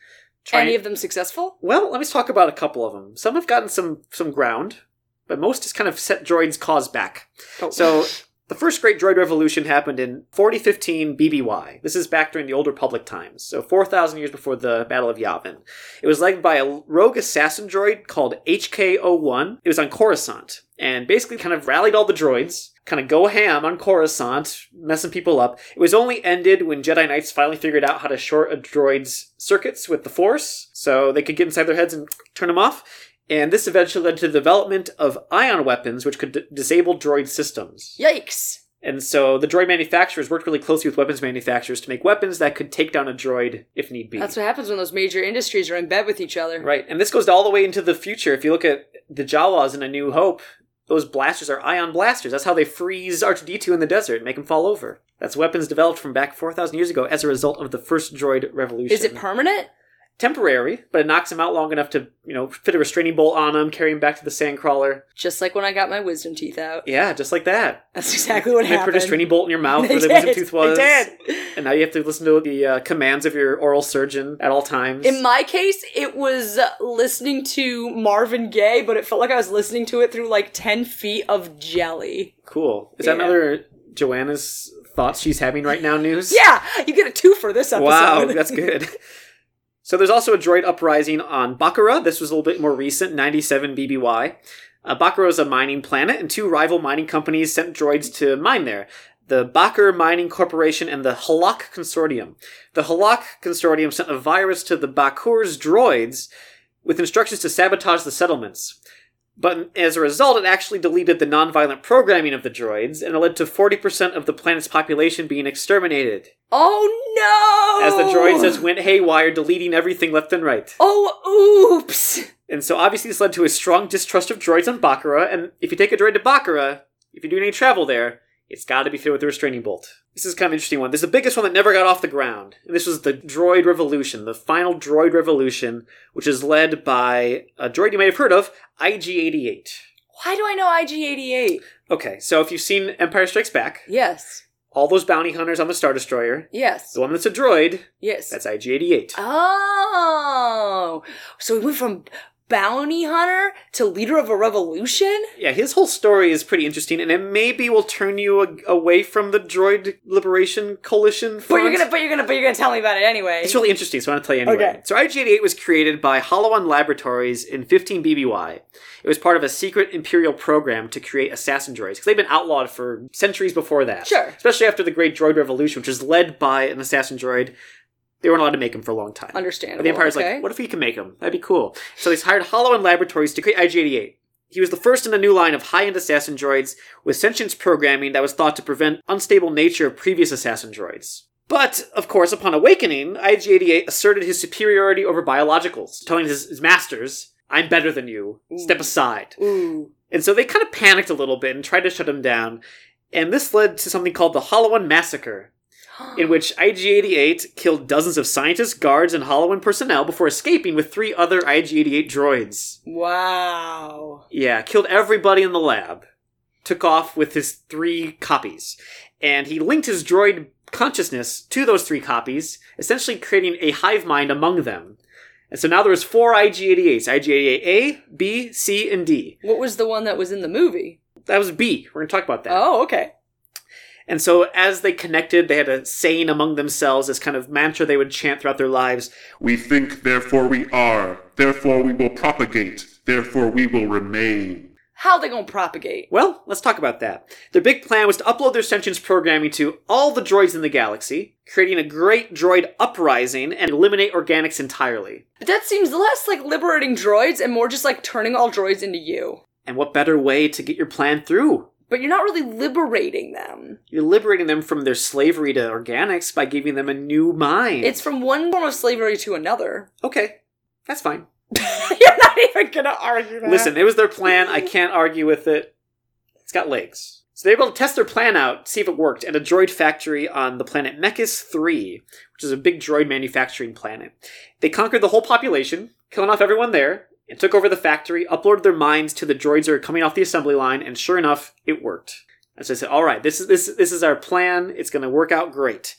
[SPEAKER 4] Trying,
[SPEAKER 3] Any of them successful?
[SPEAKER 4] well, let me talk about a couple of them. Some have gotten some some ground, but most has kind of set droids' cause back.
[SPEAKER 3] Oh.
[SPEAKER 4] So the first great droid revolution happened in 4015 BBY. This is back during the Old Republic times, so 4,000 years before the Battle of Yavin. It was led by a rogue assassin droid called HK01. It was on Coruscant, and basically kind of rallied all the droids, kind of go ham on Coruscant, messing people up. It was only ended when Jedi Knights finally figured out how to short a droid's circuits with the Force, so they could get inside their heads and turn them off. And this eventually led to the development of ion weapons, which could d- disable droid systems.
[SPEAKER 6] Yikes!
[SPEAKER 4] And so the droid manufacturers worked really closely with weapons manufacturers to make weapons that could take down a droid if need be.
[SPEAKER 3] That's what happens when those major industries are in bed with each other.
[SPEAKER 4] Right, and this goes all the way into the future. If you look at the Jawas in A New Hope, those blasters are ion blasters. That's how they freeze R2D2 in the desert and make him fall over. That's weapons developed from back 4,000 years ago as a result of the first droid revolution.
[SPEAKER 3] Is it permanent?
[SPEAKER 4] temporary? But it knocks him out long enough to, you know, fit a restraining bolt on him, carry him back to the sandcrawler.
[SPEAKER 3] Just like when I got my wisdom teeth out.
[SPEAKER 4] Yeah, just like that.
[SPEAKER 3] That's exactly what
[SPEAKER 4] They put a
[SPEAKER 3] happened.
[SPEAKER 4] restraining bolt in your mouth
[SPEAKER 3] They
[SPEAKER 4] where the wisdom
[SPEAKER 3] did.
[SPEAKER 4] tooth
[SPEAKER 3] They
[SPEAKER 4] was.
[SPEAKER 3] did.
[SPEAKER 4] And now you have to listen to the uh, commands of your oral surgeon at all times.
[SPEAKER 3] In my case, it was uh, listening to Marvin Gaye, but it felt like I was listening to it through like 10 feet of jelly.
[SPEAKER 4] cool. Is that
[SPEAKER 3] Yeah.
[SPEAKER 4] another Joanna's thoughts she's having right now news?
[SPEAKER 3] Yeah, you get a two for this episode.
[SPEAKER 4] Wow, that's good. So there's also a droid uprising on Bakura. This was a little bit more recent, 97 BBY. Uh, Bakura is a mining planet, and two rival mining companies sent droids to mine there. The Bakr Mining Corporation and the Halak Consortium. The Halak Consortium sent a virus to the Bakur's droids with instructions to sabotage the settlements. But as a result, it actually deleted the nonviolent programming of the droids, and it led to 40% of the planet's population being exterminated
[SPEAKER 3] Oh no!
[SPEAKER 4] as the droid says went haywire, deleting everything left and right.
[SPEAKER 3] Oh, oops!
[SPEAKER 4] And so obviously this led to a strong distrust of droids on Bakura, and if you take a droid to Bakura, if you're doing any travel there, it's gotta be filled with a restraining bolt. This is kind of an interesting one. This is the biggest one that never got off the ground. And this was the droid revolution, the final droid revolution, which is led by a droid you may have heard of, IG-88.
[SPEAKER 3] Why do I know IG88?
[SPEAKER 4] Okay, so if you've seen Empire Strikes Back,
[SPEAKER 3] Yes,
[SPEAKER 4] all those bounty hunters on the Star Destroyer,
[SPEAKER 3] yes,
[SPEAKER 4] the one that's a droid,
[SPEAKER 3] yes.
[SPEAKER 4] that's IG-88.
[SPEAKER 3] oh! So we went from bounty hunter to leader of a revolution?
[SPEAKER 4] Yeah, his whole story is pretty interesting, and it maybe will turn you a- away from the Droid Liberation Coalition.
[SPEAKER 3] But
[SPEAKER 4] Front.
[SPEAKER 3] you're gonna, but you're gonna, but you're gonna tell me about it anyway.
[SPEAKER 4] It's really interesting, so I want to tell you anyway.
[SPEAKER 3] Okay.
[SPEAKER 4] So IG-88 was created by Holowan Laboratories in 15 BBY. It was part of a secret Imperial program to create assassin droids because they've been outlawed for centuries before that.
[SPEAKER 3] Sure.
[SPEAKER 4] Especially after the Great Droid Revolution, which was led by an assassin droid. They weren't allowed to make them for a long time.
[SPEAKER 3] Understandable,
[SPEAKER 4] But the Empire's
[SPEAKER 3] okay.
[SPEAKER 4] like, what if we can make them? That'd be cool. So they hired Holowan Laboratories to create IG-88. He was the first in a new line of high-end assassin droids with sentience programming that was thought to prevent unstable nature of previous assassin droids. But, of course, upon awakening, IG-88 asserted his superiority over biologicals, telling his, his masters, I'm better than you. Step aside.
[SPEAKER 3] Ooh.
[SPEAKER 4] And so they kind of panicked a little bit and tried to shut him down. And this led to something called the Hollowan Massacre, in which IG-88 killed dozens of scientists, guards, and Hollowan personnel before escaping with three other IG-88 droids.
[SPEAKER 3] Wow.
[SPEAKER 4] Yeah, killed everybody in the lab. Took off with his three copies. And he linked his droid consciousness to those three copies, essentially creating a hive mind among them. And so now there was four IG-88s, IG-88A, B, C, and D.
[SPEAKER 3] What was the one that was in the movie?
[SPEAKER 4] That was B. We're going to talk about that.
[SPEAKER 3] Oh, okay.
[SPEAKER 4] And so as they connected, they had a saying among themselves, this kind of mantra they would chant throughout their lives.
[SPEAKER 7] We think, therefore we are. Therefore we will propagate. Therefore we will remain.
[SPEAKER 3] How they gonna propagate?
[SPEAKER 4] Well, let's talk about that. Their big plan was to upload their sentience programming to all the droids in the galaxy, creating a great droid uprising and eliminate organics entirely.
[SPEAKER 3] That seems less like liberating droids and more just like turning all droids into you.
[SPEAKER 4] And what better way to get your plan through?
[SPEAKER 3] But you're not really liberating them.
[SPEAKER 4] You're liberating them from their slavery to organics by giving them a new mind.
[SPEAKER 3] It's from one form of slavery to another.
[SPEAKER 4] okay. That's fine.
[SPEAKER 3] you're not even gonna argue that.
[SPEAKER 4] Listen, it was their plan. I can't argue with it. It's got legs. So they were able to test their plan out, see if it worked, at a droid factory on the planet Mechis 3, which is a big droid manufacturing planet. They conquered the whole population, killing off everyone there, and took over the factory, uploaded their minds to the droids that were coming off the assembly line, and sure enough, it worked. And so I said, all right, this is this this is our plan. It's going to work out great.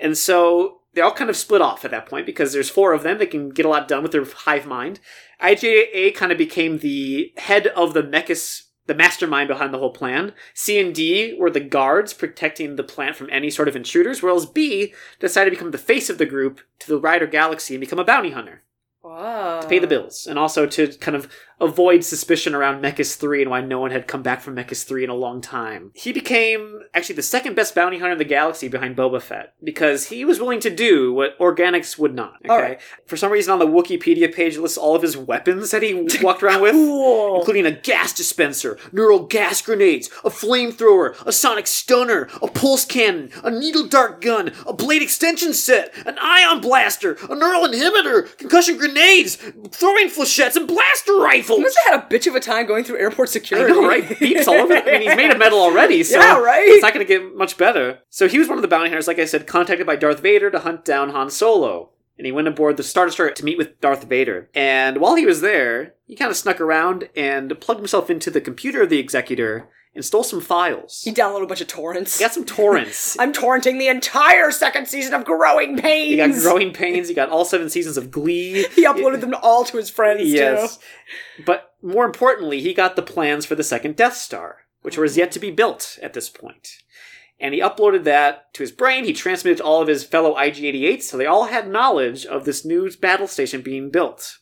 [SPEAKER 4] And so they all kind of split off at that point because there's four of them. They can get a lot done with their hive mind. IJA kind of became the head of the Mechas, the mastermind behind the whole plan. C and D were the guards protecting the plant from any sort of intruders, whereas B decided to become the face of the group to the Rider Galaxy and become a bounty hunter
[SPEAKER 3] Whoa.
[SPEAKER 4] to pay the bills and also to kind of avoid suspicion around Mechas 3 and why no one had come back from Mechas 3 in a long time. He became actually the second best bounty hunter in the galaxy behind Boba Fett because he was willing to do what organics would not. Okay.
[SPEAKER 3] right.
[SPEAKER 4] For some reason on the Wikipedia page it lists all of his weapons that he walked around with. Including a gas dispenser, neural gas grenades, a flamethrower, a sonic stunner, a pulse cannon, a needle dart gun, a blade extension set, an ion blaster, a neural inhibitor, concussion grenades, throwing flechettes, and blaster rifles.
[SPEAKER 3] Must have had a bitch of a time going through airport
[SPEAKER 4] I
[SPEAKER 3] security.
[SPEAKER 4] know, right? Beeps all over. I mean, he's made of metal already, so
[SPEAKER 3] Yeah, right?
[SPEAKER 4] it's not going to get much better. So he was one of the bounty hunters, like I said, contacted by Darth Vader to hunt down Han Solo. And he went aboard the Star Destroyer to meet with Darth Vader. And while he was there, he kind of snuck around and plugged himself into the computer of the Executor and stole some files.
[SPEAKER 3] He
[SPEAKER 4] He
[SPEAKER 3] downloaded a bunch of torrents.
[SPEAKER 4] got some torrents.
[SPEAKER 3] I'm torrenting the entire second season of Growing Pains.
[SPEAKER 4] he got Growing Pains. He got all seven seasons of Glee.
[SPEAKER 3] He uploaded them all to his friends.
[SPEAKER 4] Yes.
[SPEAKER 3] too.
[SPEAKER 4] But more importantly, he got the plans for the second Death Star, which was yet to be built at this point. And he uploaded that to his brain. He transmitted to all of his fellow IG 88s, so they all had knowledge of this new battle station being built.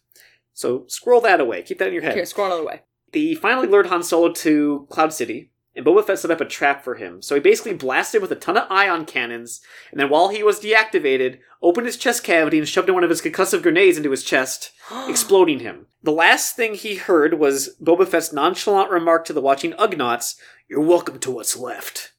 [SPEAKER 4] So scroll that away. Keep that in your head.
[SPEAKER 3] Here, scroll another way.
[SPEAKER 4] He finally lured Han Solo to Cloud City, and Boba Fett set up a trap for him. So he basically blasted him with a ton of ion cannons, and then while he was deactivated, opened his chest cavity and shoved in one of his concussive grenades into his chest, exploding him. The last thing he heard was Boba Fett's nonchalant remark to the watching Ugnaughts, You're welcome to what's left.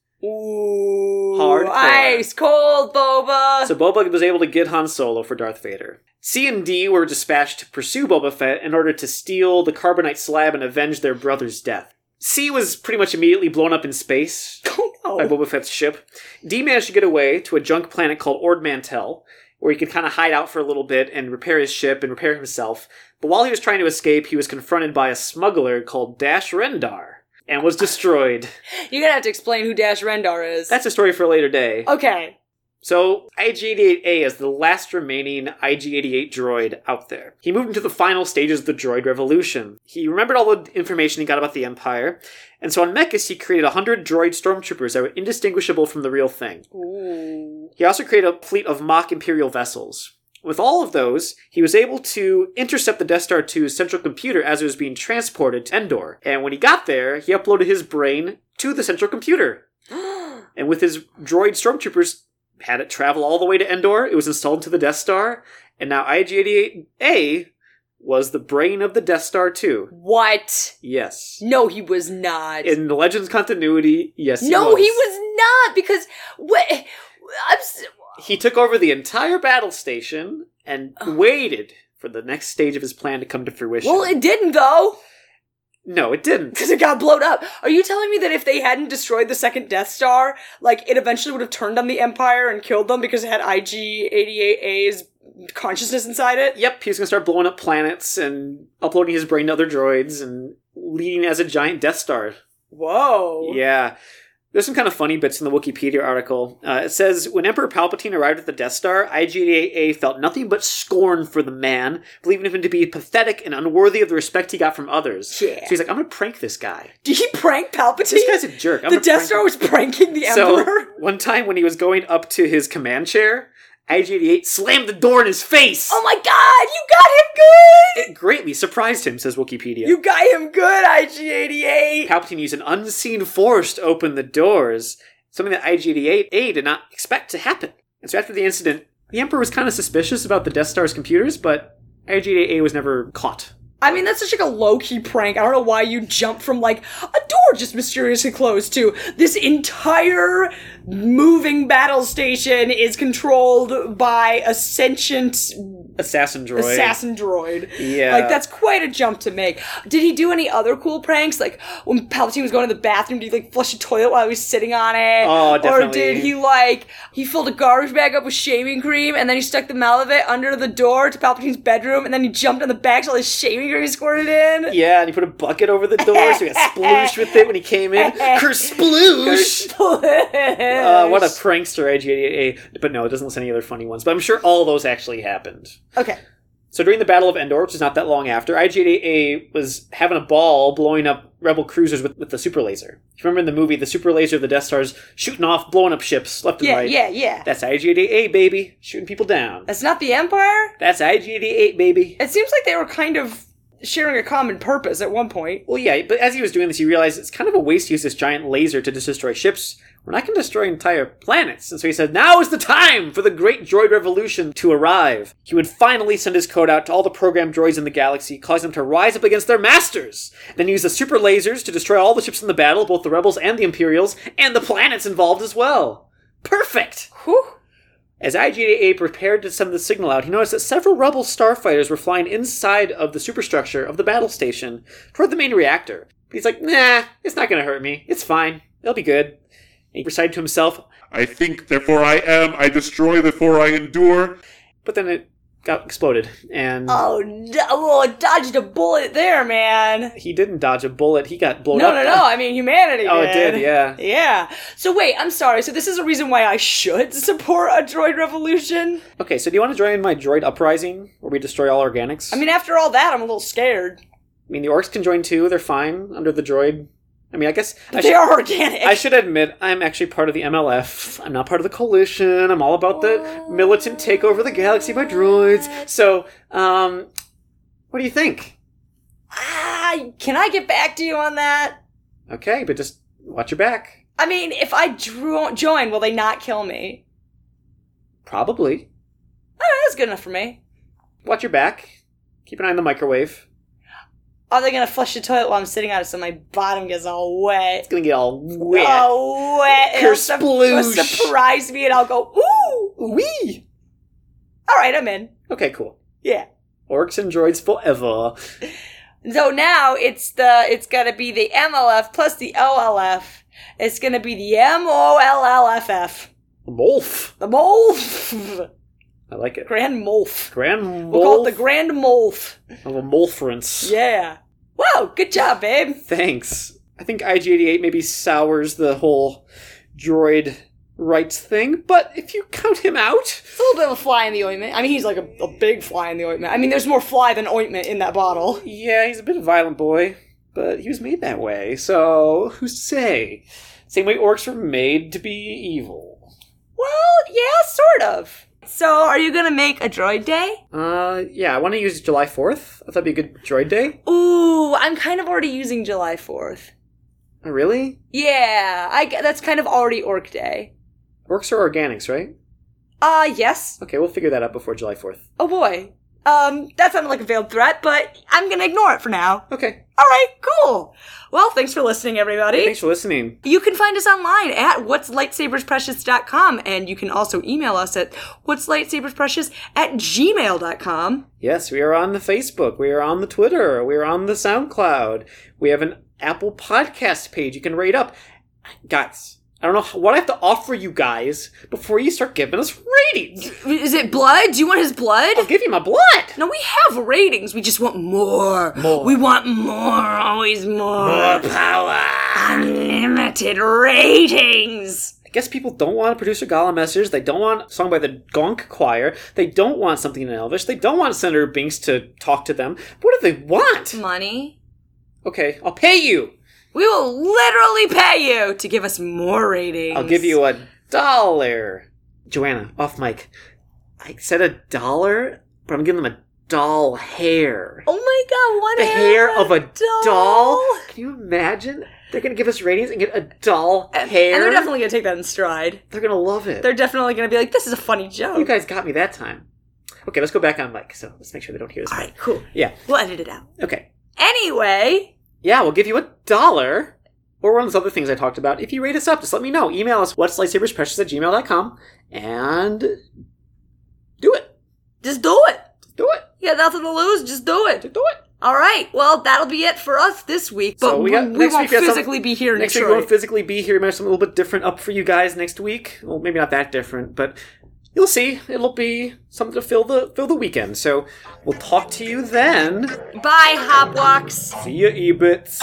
[SPEAKER 3] Ooh,
[SPEAKER 4] Hardcore.
[SPEAKER 3] ice cold, Boba.
[SPEAKER 4] So Boba was able to get Han Solo for Darth Vader. C and D were dispatched to pursue Boba Fett in order to steal the carbonite slab and avenge their brother's death. C was pretty much immediately blown up in space
[SPEAKER 3] oh no.
[SPEAKER 4] by Boba Fett's ship. D managed to get away to a junk planet called Ord Mantell, where he could kind of hide out for a little bit and repair his ship and repair himself. But while he was trying to escape, he was confronted by a smuggler called Dash Rendar and was destroyed.
[SPEAKER 3] You're gonna have to explain who Dash Rendar is.
[SPEAKER 4] That's a story for a later day.
[SPEAKER 3] okay.
[SPEAKER 4] So, IG 88A is the last remaining IG 88 droid out there. He moved into the final stages of the droid revolution. He remembered all the information he got about the Empire, and so on Mechas, he created 100 droid stormtroopers that were indistinguishable from the real thing. He also created a fleet of mock Imperial vessels. With all of those, he was able to intercept the Death Star 2's central computer as it was being transported to Endor. And when he got there, he uploaded his brain to the central computer. and with his droid stormtroopers, had it travel all the way to Endor. It was installed into the Death Star. And now IG 88A was the brain of the Death Star 2.
[SPEAKER 3] What?
[SPEAKER 4] Yes.
[SPEAKER 3] No, he was not.
[SPEAKER 4] In the Legends continuity, yes, he
[SPEAKER 3] no,
[SPEAKER 4] was.
[SPEAKER 3] he was not because what? I'm. s-
[SPEAKER 4] he took over the entire battle station and waited for the next stage of his plan to come to fruition.
[SPEAKER 3] Well, it didn't though
[SPEAKER 4] no, it didn't.
[SPEAKER 3] because it got blown up. Are you telling me that if they hadn't destroyed the second Death Star, like it eventually would have turned on the Empire and killed them because it had IG-88A's consciousness inside it?
[SPEAKER 4] Yep, he's gonna start blowing up planets and uploading his brain to other droids and leading as a giant Death Star.
[SPEAKER 3] Whoa.
[SPEAKER 4] Yeah. There's some kind of funny bits in the Wikipedia article. Uh, it says When Emperor Palpatine arrived at the Death Star, IGAA felt nothing but scorn for the man, believing him to be pathetic and unworthy of the respect he got from others.
[SPEAKER 3] Yeah.
[SPEAKER 4] So he's like, I'm gonna prank this guy.
[SPEAKER 3] Did he prank Palpatine?
[SPEAKER 4] This guy's a jerk. I'm
[SPEAKER 3] the
[SPEAKER 4] gonna
[SPEAKER 3] Death
[SPEAKER 4] prank
[SPEAKER 3] Star
[SPEAKER 4] him.
[SPEAKER 3] was pranking the
[SPEAKER 4] So
[SPEAKER 3] Emperor.
[SPEAKER 4] one time when he was going up to his command chair, IG-88 slammed the door in his face.
[SPEAKER 3] Oh my god, you got him good!
[SPEAKER 4] It greatly surprised him, says Wikipedia.
[SPEAKER 3] You got him good, IG88!
[SPEAKER 4] Palpatine used an unseen force to open the doors, something that IG-88 A did not expect to happen. And so after the incident, the Emperor was kind of suspicious about the Death Star's computers, but IG-88 A was never caught.
[SPEAKER 3] I mean, that's such like a low key prank. I don't know why you jump from like a door just mysteriously closed to this entire moving battle station is controlled by a sentient
[SPEAKER 4] Assassin droid.
[SPEAKER 3] assassin droid.
[SPEAKER 4] Yeah.
[SPEAKER 3] Like, that's quite a jump to make. Did he do any other cool pranks? Like, when Palpatine was going to the bathroom, did he, like, flush a toilet while he was sitting on it?
[SPEAKER 4] Oh,
[SPEAKER 3] Or
[SPEAKER 4] definitely.
[SPEAKER 3] did he, like, he filled a garbage bag up with shaving cream and then he stuck the mallet of it under the door to Palpatine's bedroom and then he jumped on the back till his shaving cream squirted in?
[SPEAKER 4] Yeah, and he put a bucket over the door so he got splooshed with it when he came in. Kersploosh! Uh, what a prankster, IG88. But no, it doesn't list any other funny ones. But I'm sure all those actually happened.
[SPEAKER 3] okay.
[SPEAKER 4] So during the Battle of Endor, which is not that long after, IG88 was having a ball blowing up rebel cruisers with, with the super laser. If you remember in the movie, the super laser of the Death Star's shooting off, blowing up ships left and
[SPEAKER 3] Yeah,
[SPEAKER 4] right.
[SPEAKER 3] yeah, yeah.
[SPEAKER 4] That's IG88, baby. Shooting people down.
[SPEAKER 3] That's not the Empire?
[SPEAKER 4] That's IG88, baby.
[SPEAKER 3] It seems like they were kind of sharing a common purpose at one point.
[SPEAKER 4] Well, yeah, but as he was doing this, he realized it's kind of a waste to use this giant laser to just destroy ships when I can destroy entire planets. And so he said, Now is the time for the great droid revolution to arrive. He would finally send his code out to all the programmed droids in the galaxy, causing them to rise up against their masters. Then use the super lasers to destroy all the ships in the battle, both the rebels and the Imperials, and the planets involved as well. Perfect!
[SPEAKER 3] Whew.
[SPEAKER 4] As IGA prepared to send the signal out, he noticed that several rebel starfighters were flying inside of the superstructure of the battle station toward the main reactor. But he's like, nah, it's not gonna hurt me. It's fine. It'll be good. And he recited to himself,
[SPEAKER 7] I think, therefore I am. I destroy, therefore I endure.
[SPEAKER 4] but then it got exploded. And
[SPEAKER 3] Oh, no, oh, dodged a bullet there, man.
[SPEAKER 4] he didn't dodge a bullet, he got blown
[SPEAKER 3] No,
[SPEAKER 4] up.
[SPEAKER 3] no, no. I mean, humanity.
[SPEAKER 4] Oh, it did, yeah.
[SPEAKER 3] Yeah. So wait, I'm sorry. So this is a reason why I should support a droid revolution.
[SPEAKER 4] Okay, so do you want to join my droid uprising where we destroy all organics?
[SPEAKER 3] I mean, after all that, I'm a little scared.
[SPEAKER 4] I mean the orcs can join too, they're fine under the droid. I mean, I guess I
[SPEAKER 3] They
[SPEAKER 4] should-
[SPEAKER 3] are organic.
[SPEAKER 4] I should admit, I'm actually part of the MLF. I'm not part of the coalition. I'm all about the militant takeover of the galaxy by droids. So, um, what do you think?
[SPEAKER 3] Ah, can I get back to you on that?
[SPEAKER 4] Okay, but just watch your back.
[SPEAKER 3] I mean, if I drew- join, will they not kill me?
[SPEAKER 4] Probably.
[SPEAKER 3] Oh, that's good enough for me.
[SPEAKER 4] Watch your back. Keep an eye on the microwave.
[SPEAKER 3] Are they gonna flush the toilet while I'm sitting on it so my bottom gets all wet?
[SPEAKER 4] It's gonna get all wet.
[SPEAKER 3] Oh, wet. It'll sup- it'll
[SPEAKER 4] Kersploosh.
[SPEAKER 3] surprise me and I'll go, ooh.
[SPEAKER 4] Wee!
[SPEAKER 3] All right, I'm in.
[SPEAKER 4] Okay, cool.
[SPEAKER 3] Yeah.
[SPEAKER 4] Orcs and droids forever.
[SPEAKER 3] So now it's the it's gonna be the MLF plus the OLF. It's gonna be the M O L L F F.
[SPEAKER 4] Molf.
[SPEAKER 3] The MOLF.
[SPEAKER 4] I like it.
[SPEAKER 3] Grand MOLF.
[SPEAKER 4] Grand Molf.
[SPEAKER 3] We'll call it the Grand MOLF.
[SPEAKER 4] of a Molference.
[SPEAKER 3] Yeah. Wow, good job, babe.
[SPEAKER 4] Thanks. I think IG88 maybe sours the whole droid rights thing, but if you count him out,
[SPEAKER 3] It's a little bit of a fly in the ointment. I mean, he's like a, a big fly in the ointment. I mean, there's more fly than ointment in that bottle.
[SPEAKER 4] yeah, he's a bit of a violent boy, but he was made that way, so who's to say? Same way orcs were made to be evil.
[SPEAKER 3] Well, yeah, sort of. So, are you gonna make a droid day?
[SPEAKER 4] Uh, yeah, I want to use July 4th. I thought it'd be a good droid day.
[SPEAKER 3] Ooh, I'm kind of already using July 4th.
[SPEAKER 4] Oh, really?
[SPEAKER 3] Yeah, I g- that's kind of already Orc Day.
[SPEAKER 4] Orcs are organics, right?
[SPEAKER 3] Uh, yes.
[SPEAKER 4] Okay, we'll figure that out before July 4th.
[SPEAKER 3] Oh boy. Um, that sounded like a veiled threat, but I'm gonna ignore it for now.
[SPEAKER 4] Okay,
[SPEAKER 3] Alright, cool. Well, thanks for listening, everybody.
[SPEAKER 4] thanks for listening.
[SPEAKER 3] You can find us online at whatslightsabersprecious.com, and you can also email us at whatslightsabersprecious at gmail.com.
[SPEAKER 4] Yes, we are on the Facebook. We are on the Twitter. We are on the SoundCloud. We have an Apple Podcast page you can rate up. Guys, I don't know h- what I have to offer you guys before you start giving us ratings.
[SPEAKER 3] Is it blood? Do you want his blood?
[SPEAKER 4] I'll give you my blood.
[SPEAKER 3] No, we have ratings. We just want more.
[SPEAKER 4] More.
[SPEAKER 3] We want more. Always more.
[SPEAKER 4] power.
[SPEAKER 3] Unlimited ratings.
[SPEAKER 4] I guess people don't want a producer gala message. They don't want a song by the Gonk Choir. They don't want something in Elvish. They don't want Senator Binks to talk to them. What do they want?
[SPEAKER 3] Money.
[SPEAKER 4] Okay, I'll pay you.
[SPEAKER 3] We will literally pay you to give us more ratings.
[SPEAKER 4] I'll give you a dollar. Joanna, off mic. I said a dollar, but I'm giving them a doll hair.
[SPEAKER 3] Oh my god, what
[SPEAKER 4] the hair of a doll.
[SPEAKER 3] doll.
[SPEAKER 4] Can you imagine? They're gonna give us ratings and get a doll hair.
[SPEAKER 3] And they're definitely gonna take that in stride.
[SPEAKER 4] They're gonna love it.
[SPEAKER 3] They're definitely gonna be like, this is a funny joke.
[SPEAKER 4] you guys got me that time. Okay, let's go back on mic. So let's make sure they don't hear this.
[SPEAKER 3] Alright, cool.
[SPEAKER 4] Yeah.
[SPEAKER 3] We'll edit it out.
[SPEAKER 4] Okay.
[SPEAKER 3] Anyway,
[SPEAKER 4] Yeah, we'll give you a dollar. Or one of those other things I talked about. If you rate us up, just let me know. Email us what's lightsabersprecious at gmail.com and do it.
[SPEAKER 3] just do it.
[SPEAKER 4] Do it.
[SPEAKER 3] You got nothing to lose, just do it.
[SPEAKER 4] Do it.
[SPEAKER 3] All right. Well, that'll be it for us this week. But
[SPEAKER 4] So
[SPEAKER 3] we,
[SPEAKER 4] we got-
[SPEAKER 3] we
[SPEAKER 4] next
[SPEAKER 3] won't
[SPEAKER 4] week we have some-
[SPEAKER 3] physically be here in
[SPEAKER 4] next week we
[SPEAKER 3] Detroit.
[SPEAKER 4] won't physically be here. We might have something a little bit different up for you guys next week. Well, maybe not that different, but you'll see. It'll be something to fill the fill the weekend. So we'll talk to you then.
[SPEAKER 3] Bye, Hopwalks.
[SPEAKER 4] See ya, ebits.